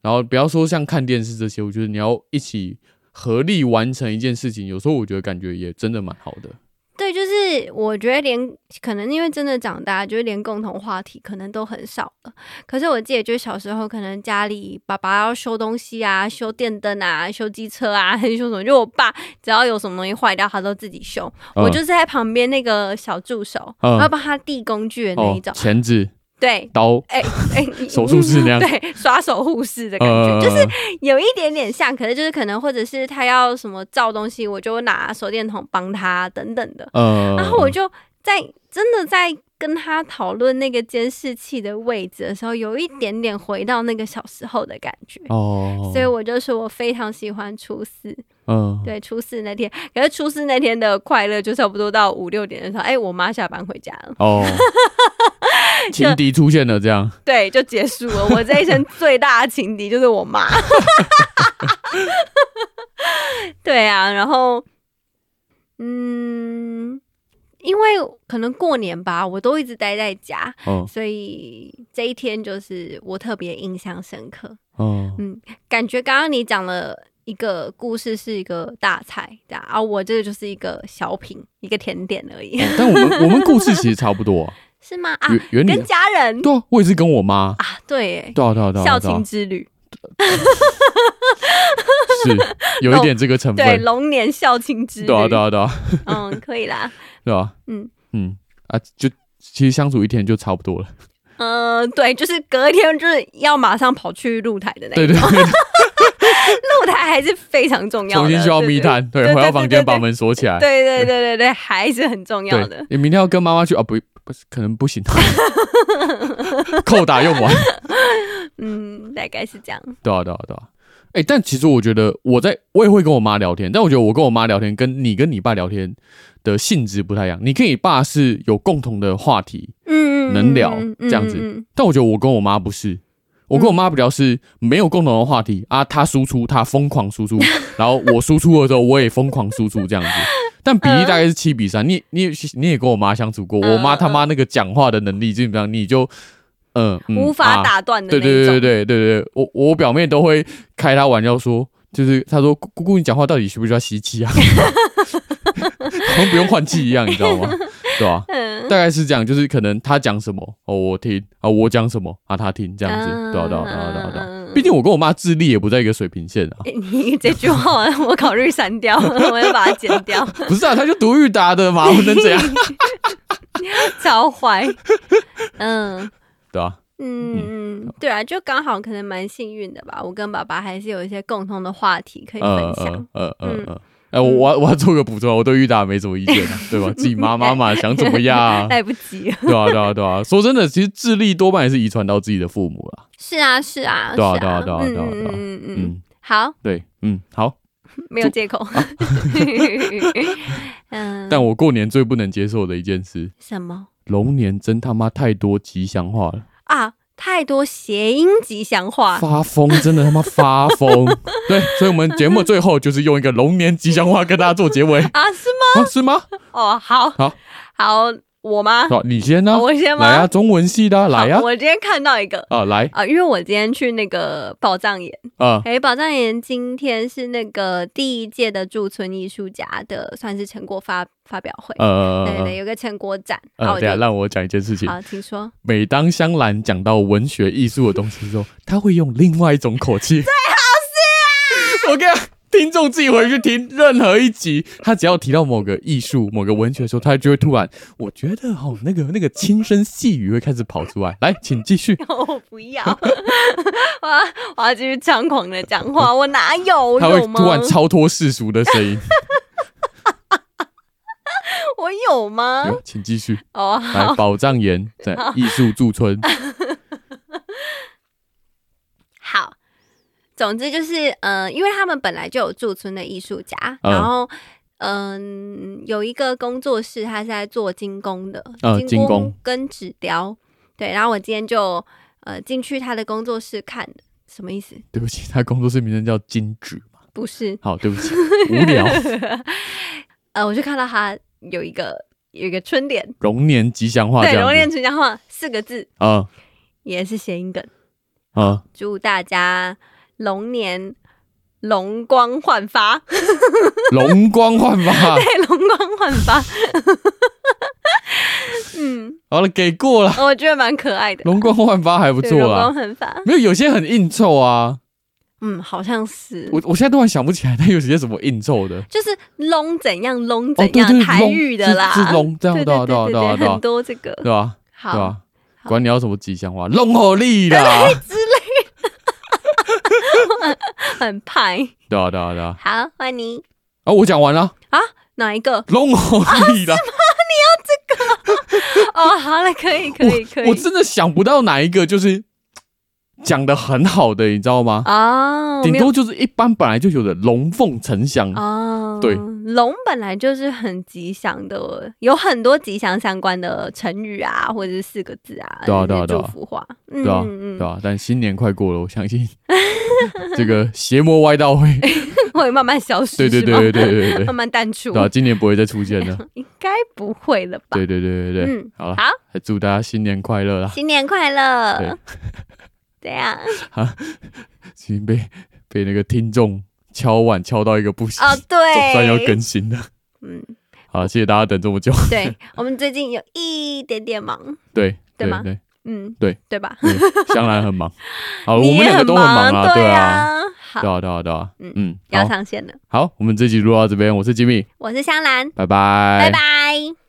S2: 然后不要说像看电视这些，我觉得你要一起合力完成一件事情，有时候我觉得感觉也真的蛮好的。
S1: 对，就是我觉得连可能因为真的长大，就是连共同话题可能都很少了。可是我记得，就是小时候可能家里爸爸要修东西啊，修电灯啊，修机车啊， [LAUGHS] 还是修什么，就我爸只要有什么东西坏掉，他都自己修。我
S2: 嗯
S1: 就是在旁边那个小助手，
S2: 嗯
S1: 我要帮他递工具的那一种。
S2: 哦钳子、
S1: 对，
S2: 刀，
S1: 哎、哎，你
S2: [LAUGHS] 手术室那样
S1: 对，刷手护士的感觉，
S2: 呃，
S1: 就是有一点点像，可是就是可能或者是他要什么照东西，我就拿手电筒帮他等等的。
S2: 呃，
S1: 然后我就在真的在跟他讨论那个监视器的位置的时候，有一点点回到那个小时候的感觉。
S2: 哦，
S1: 所以我就说我非常喜欢初四，
S2: 嗯，
S1: 对初四那天，可是初四那天的快乐就差不多到五六点的时候，哎、我妈下班回家了， [LAUGHS]
S2: 哦，情敌出现了，这样
S1: 对，就结束了。我这一生最大的情敌就是我妈。对啊，然后嗯，因为可能过年吧，我都一直待在家，
S2: 哦
S1: 所以这一天就是我特别印象深刻。 [LAUGHS]
S2: 哦，
S1: 嗯，感觉刚刚你讲了一个故事是一个大菜，这样啊，我这个就是一个小品，一个甜点而已， [LAUGHS]
S2: 但我们我们故事其实差不多啊，
S1: 是吗？啊，
S2: 原原理
S1: 跟家人
S2: 对啊，我也是跟我妈，
S1: 啊，对耶，
S2: 对啊对啊对啊，
S1: 孝
S2: 对啊
S1: 亲之旅，
S2: 是有一点这个成
S1: 对，
S2: 分，
S1: 龙年孝亲之旅，
S2: 对啊对啊对啊
S1: 嗯，可以啦，
S2: 对啊，
S1: 嗯
S2: 嗯啊，就其实相处一天就差不多了，
S1: 嗯、对，就是隔天就是要马上跑去露台的那
S2: 对
S1: [LAUGHS]
S2: 对对，
S1: 露台还是非常重要的，
S2: 重新需要密探，
S1: 对
S2: 对，
S1: 对
S2: 回到房间
S1: 对对
S2: 把门锁起来，
S1: 对对对对对，还是很重要的
S2: 对，。你明天要跟妈妈去啊？不，不是，可能不行， [LAUGHS] 扣打用完。 [LAUGHS]
S1: 嗯，大概是这样。
S2: 对啊，对啊，对啊。哎、但其实我觉得我在我也会跟我妈聊天，但我觉得我跟我妈聊天跟你跟你爸聊天的性质不太一样。你跟你爸是有共同的话题，
S1: 嗯，嗯
S2: 能聊
S1: 嗯嗯
S2: 这样子
S1: 嗯嗯
S2: 但我觉得我跟我妈不是。我跟我妈比较是没有共同的话题
S1: 嗯
S2: 啊，她输出，她疯狂输
S1: [LAUGHS]
S2: 出，然后我输出的时候，我也疯狂输出这样子，但比例大概是七比三。你你也你也跟我妈相处过，我妈
S1: 嗯
S2: 他妈那个讲话的能力，基本上你就嗯、嗯
S1: 无
S2: 啊
S1: 法打断的
S2: 对
S1: 那种。
S2: 对对对对对对，我我表妹都会开她玩笑说，就是她说姑姑姑你讲话到底需不需要吸气啊？好像不用换气一样，你知道吗？对吧、
S1: 嗯
S2: 大概是这样，就是可能她讲什么哦我听啊，我讲什么啊她听这样子，对啊对啊对啊对啊对啊。
S1: 嗯
S2: 毕竟我跟我妈智力也不在一个水平线啊，
S1: 你这句话我考虑删掉， [LAUGHS] 我要把它剪
S2: [LAUGHS]
S1: 掉，
S2: 不是啊，她就读裕达的啊嘛，我能怎样？
S1: [LAUGHS]
S2: [LAUGHS]
S1: 超坏。嗯
S2: 对啊，
S1: 嗯嗯，对啊，就刚好可能蛮幸运的吧。我跟爸爸还是有一些共同的话题可以
S2: 呃
S1: 分
S2: 呃
S1: 享。
S2: 呃呃
S1: 嗯
S2: 呃，哎、我我要我要做个补充啊，我对裕达没什么意见啊，对吧？自己妈妈嘛，想怎么样、啊？
S1: [LAUGHS] 来不及了。
S2: [LAUGHS] 对啊，对啊，对啊。说真的，其实智力多半也是遗传到自己的父母啦。
S1: 是啊是啊，
S2: 对啊
S1: 是
S2: 对啊对啊
S1: 嗯
S2: 对啊
S1: 嗯
S2: 对啊
S1: 嗯嗯嗯。
S2: 嗯，啊
S1: 好，
S2: 对，嗯，好。
S1: 没有借口。 [LAUGHS] 嗯，
S2: 但我过年最不能接受的一件事，
S1: 什么
S2: 龙年真他妈太多吉祥话了，
S1: 啊？太多谐音吉祥话，
S2: 发疯，真的他妈发疯。 [LAUGHS] 对，所以我们节目最后就是用一个龙年吉祥话跟大家做结尾
S1: 啊，是
S2: 啊？是吗？
S1: 吗？哦，好，
S2: 好，
S1: 好，我吗？
S2: 好，你先呢、
S1: 哦我先吗？
S2: 来啊，中文系的啊、来
S1: 好
S2: 啊，
S1: 我今天看到一个
S2: 啊，来
S1: 啊，因为我今天去那个宝藏岩，
S2: 啊，
S1: [LAUGHS] 哎、宝藏岩今天是那个第一届的驻村艺术家的，算是成果发发表会。
S2: 呃
S1: 对对对，有个成果展，啊
S2: 呃，
S1: 我
S2: 等一下
S1: 就
S2: 让我讲一件事情。
S1: 好，请说。
S2: 每当香兰讲到文学艺术的东西的时候，她会用另外一种
S1: [LAUGHS]
S2: 口气。最好是啊！我跟你讲，听众自己回去听任何一集，他只要提到某个艺术、某个文学的时候，他就会突然，我觉得哦，那个那个轻声细语会开始跑出来。来，请继续。
S1: [LAUGHS] 我不要，我要 [LAUGHS] 我要继续猖狂的讲话，我哪有？我
S2: 他会
S1: 有吗
S2: 突？然超脱世俗的
S1: [LAUGHS]
S2: 声音。
S1: 我有吗？
S2: 有请继续。
S1: 哦，
S2: 来，宝藏岩在艺术驻村。
S1: 好，总之就是，嗯、因为他们本来就有驻村的艺术家，
S2: 嗯
S1: 然后，嗯、有一个工作室，他是在做精工的，
S2: 嗯精工
S1: 跟纸雕，对，然后我今天就呃进去他的工作室看的，什么意思？
S2: 对不起，他工作室名称叫金纸嘛。
S1: 不是，
S2: 好，对
S1: [LAUGHS]
S2: 不起，无聊。
S1: 呃，我就看到他有一个有一个春联，
S2: 龙年吉祥话这
S1: 对，
S2: 样
S1: 龙年
S2: 子。
S1: 春江话四个字，
S2: 啊
S1: 也是谐音梗，
S2: 啊。
S1: 祝大家龙年容光焕发。 [LAUGHS]
S2: 容光焕发。
S1: 对，容光焕发。 [LAUGHS] 嗯，
S2: 好了，给过了，
S1: 我觉得蛮可爱的，
S2: 容光焕发还不啊
S1: 不
S2: 错
S1: 容光
S2: 啦。
S1: 焕发。
S2: 没有，有些很应酬啊。
S1: 嗯，好像是，
S2: 我我现在突然想不起来，但有些什么应酬的。
S1: 就是龙怎样龙
S2: 哦，
S1: 怎
S2: 对
S1: 样、
S2: 对，
S1: 台
S2: 龙
S1: 语的啦，
S2: 是是龙，这样
S1: 对
S2: 对啊
S1: 对
S2: 对啊
S1: 对
S2: 对啊对
S1: 对，
S2: 啊
S1: 很多这个
S2: 对啊
S1: 好
S2: 对啊，
S1: 好
S2: 管你要什么吉祥话，龙火
S1: [LAUGHS]
S2: 力啦，
S1: 很派。
S2: 对啊对啊对啊。
S1: 好，欢迎
S2: 啊，我讲完了，
S1: 哪一个？
S2: 龙火力
S1: [LAUGHS] 啊
S2: 啦，
S1: 哦，好了，可以可以可
S2: 我
S1: 以。
S2: 真的想不到哪一个就是讲的很好的，你知道吗？
S1: 哦，
S2: 顶
S1: 没有
S2: 多就是一般本来就有的龙凤呈祥，
S1: 哦，
S2: 对
S1: 龙本来就是很吉祥的，有很多吉祥相关的成语啊，或者是四个字啊，
S2: 对
S1: 就是
S2: 啊对啊对
S1: 祝
S2: 啊
S1: 福话，
S2: 对啊，
S1: 嗯嗯嗯 [LAUGHS]
S2: 对啊，但新年快过了，我相信这个邪魔歪道会
S1: 会慢慢消失，
S2: 对对
S1: 哎是吗
S2: 对对对对对
S1: 慢慢淡出，
S2: 对啊，今年不会再出现
S1: [LAUGHS]
S2: 了。
S1: 应该不会了吧？
S2: 对对对对对，啊
S1: 嗯
S2: 好了，
S1: 好，
S2: 还祝大家新年快乐啦！
S1: 新年快乐啊
S2: 对！
S1: 这样
S2: 已经被被那个听众敲碗敲到一个不行，
S1: 哦，
S2: 总算要
S1: 对
S2: 更，新了。
S1: 嗯，
S2: 好，谢谢大家等这么久。 [LAUGHS]
S1: 对，我们最近有一点点忙，
S2: 对
S1: 对
S2: 对
S1: 吗
S2: 对
S1: 嗯，
S2: 对
S1: 对吧？
S2: 对，香兰很
S1: [LAUGHS]
S2: 忙，好，我
S1: 你
S2: 们
S1: 也
S2: 两个
S1: 很
S2: 都很忙
S1: 忙，
S2: 对啊，
S1: 啊，好
S2: 对，啊，对啊，对啊，
S1: 嗯
S2: 嗯，
S1: 要
S2: 好，
S1: 上线了。
S2: 好，我们这集录到这边，我是吉米，
S1: 我是香兰，
S2: 拜拜，
S1: 拜拜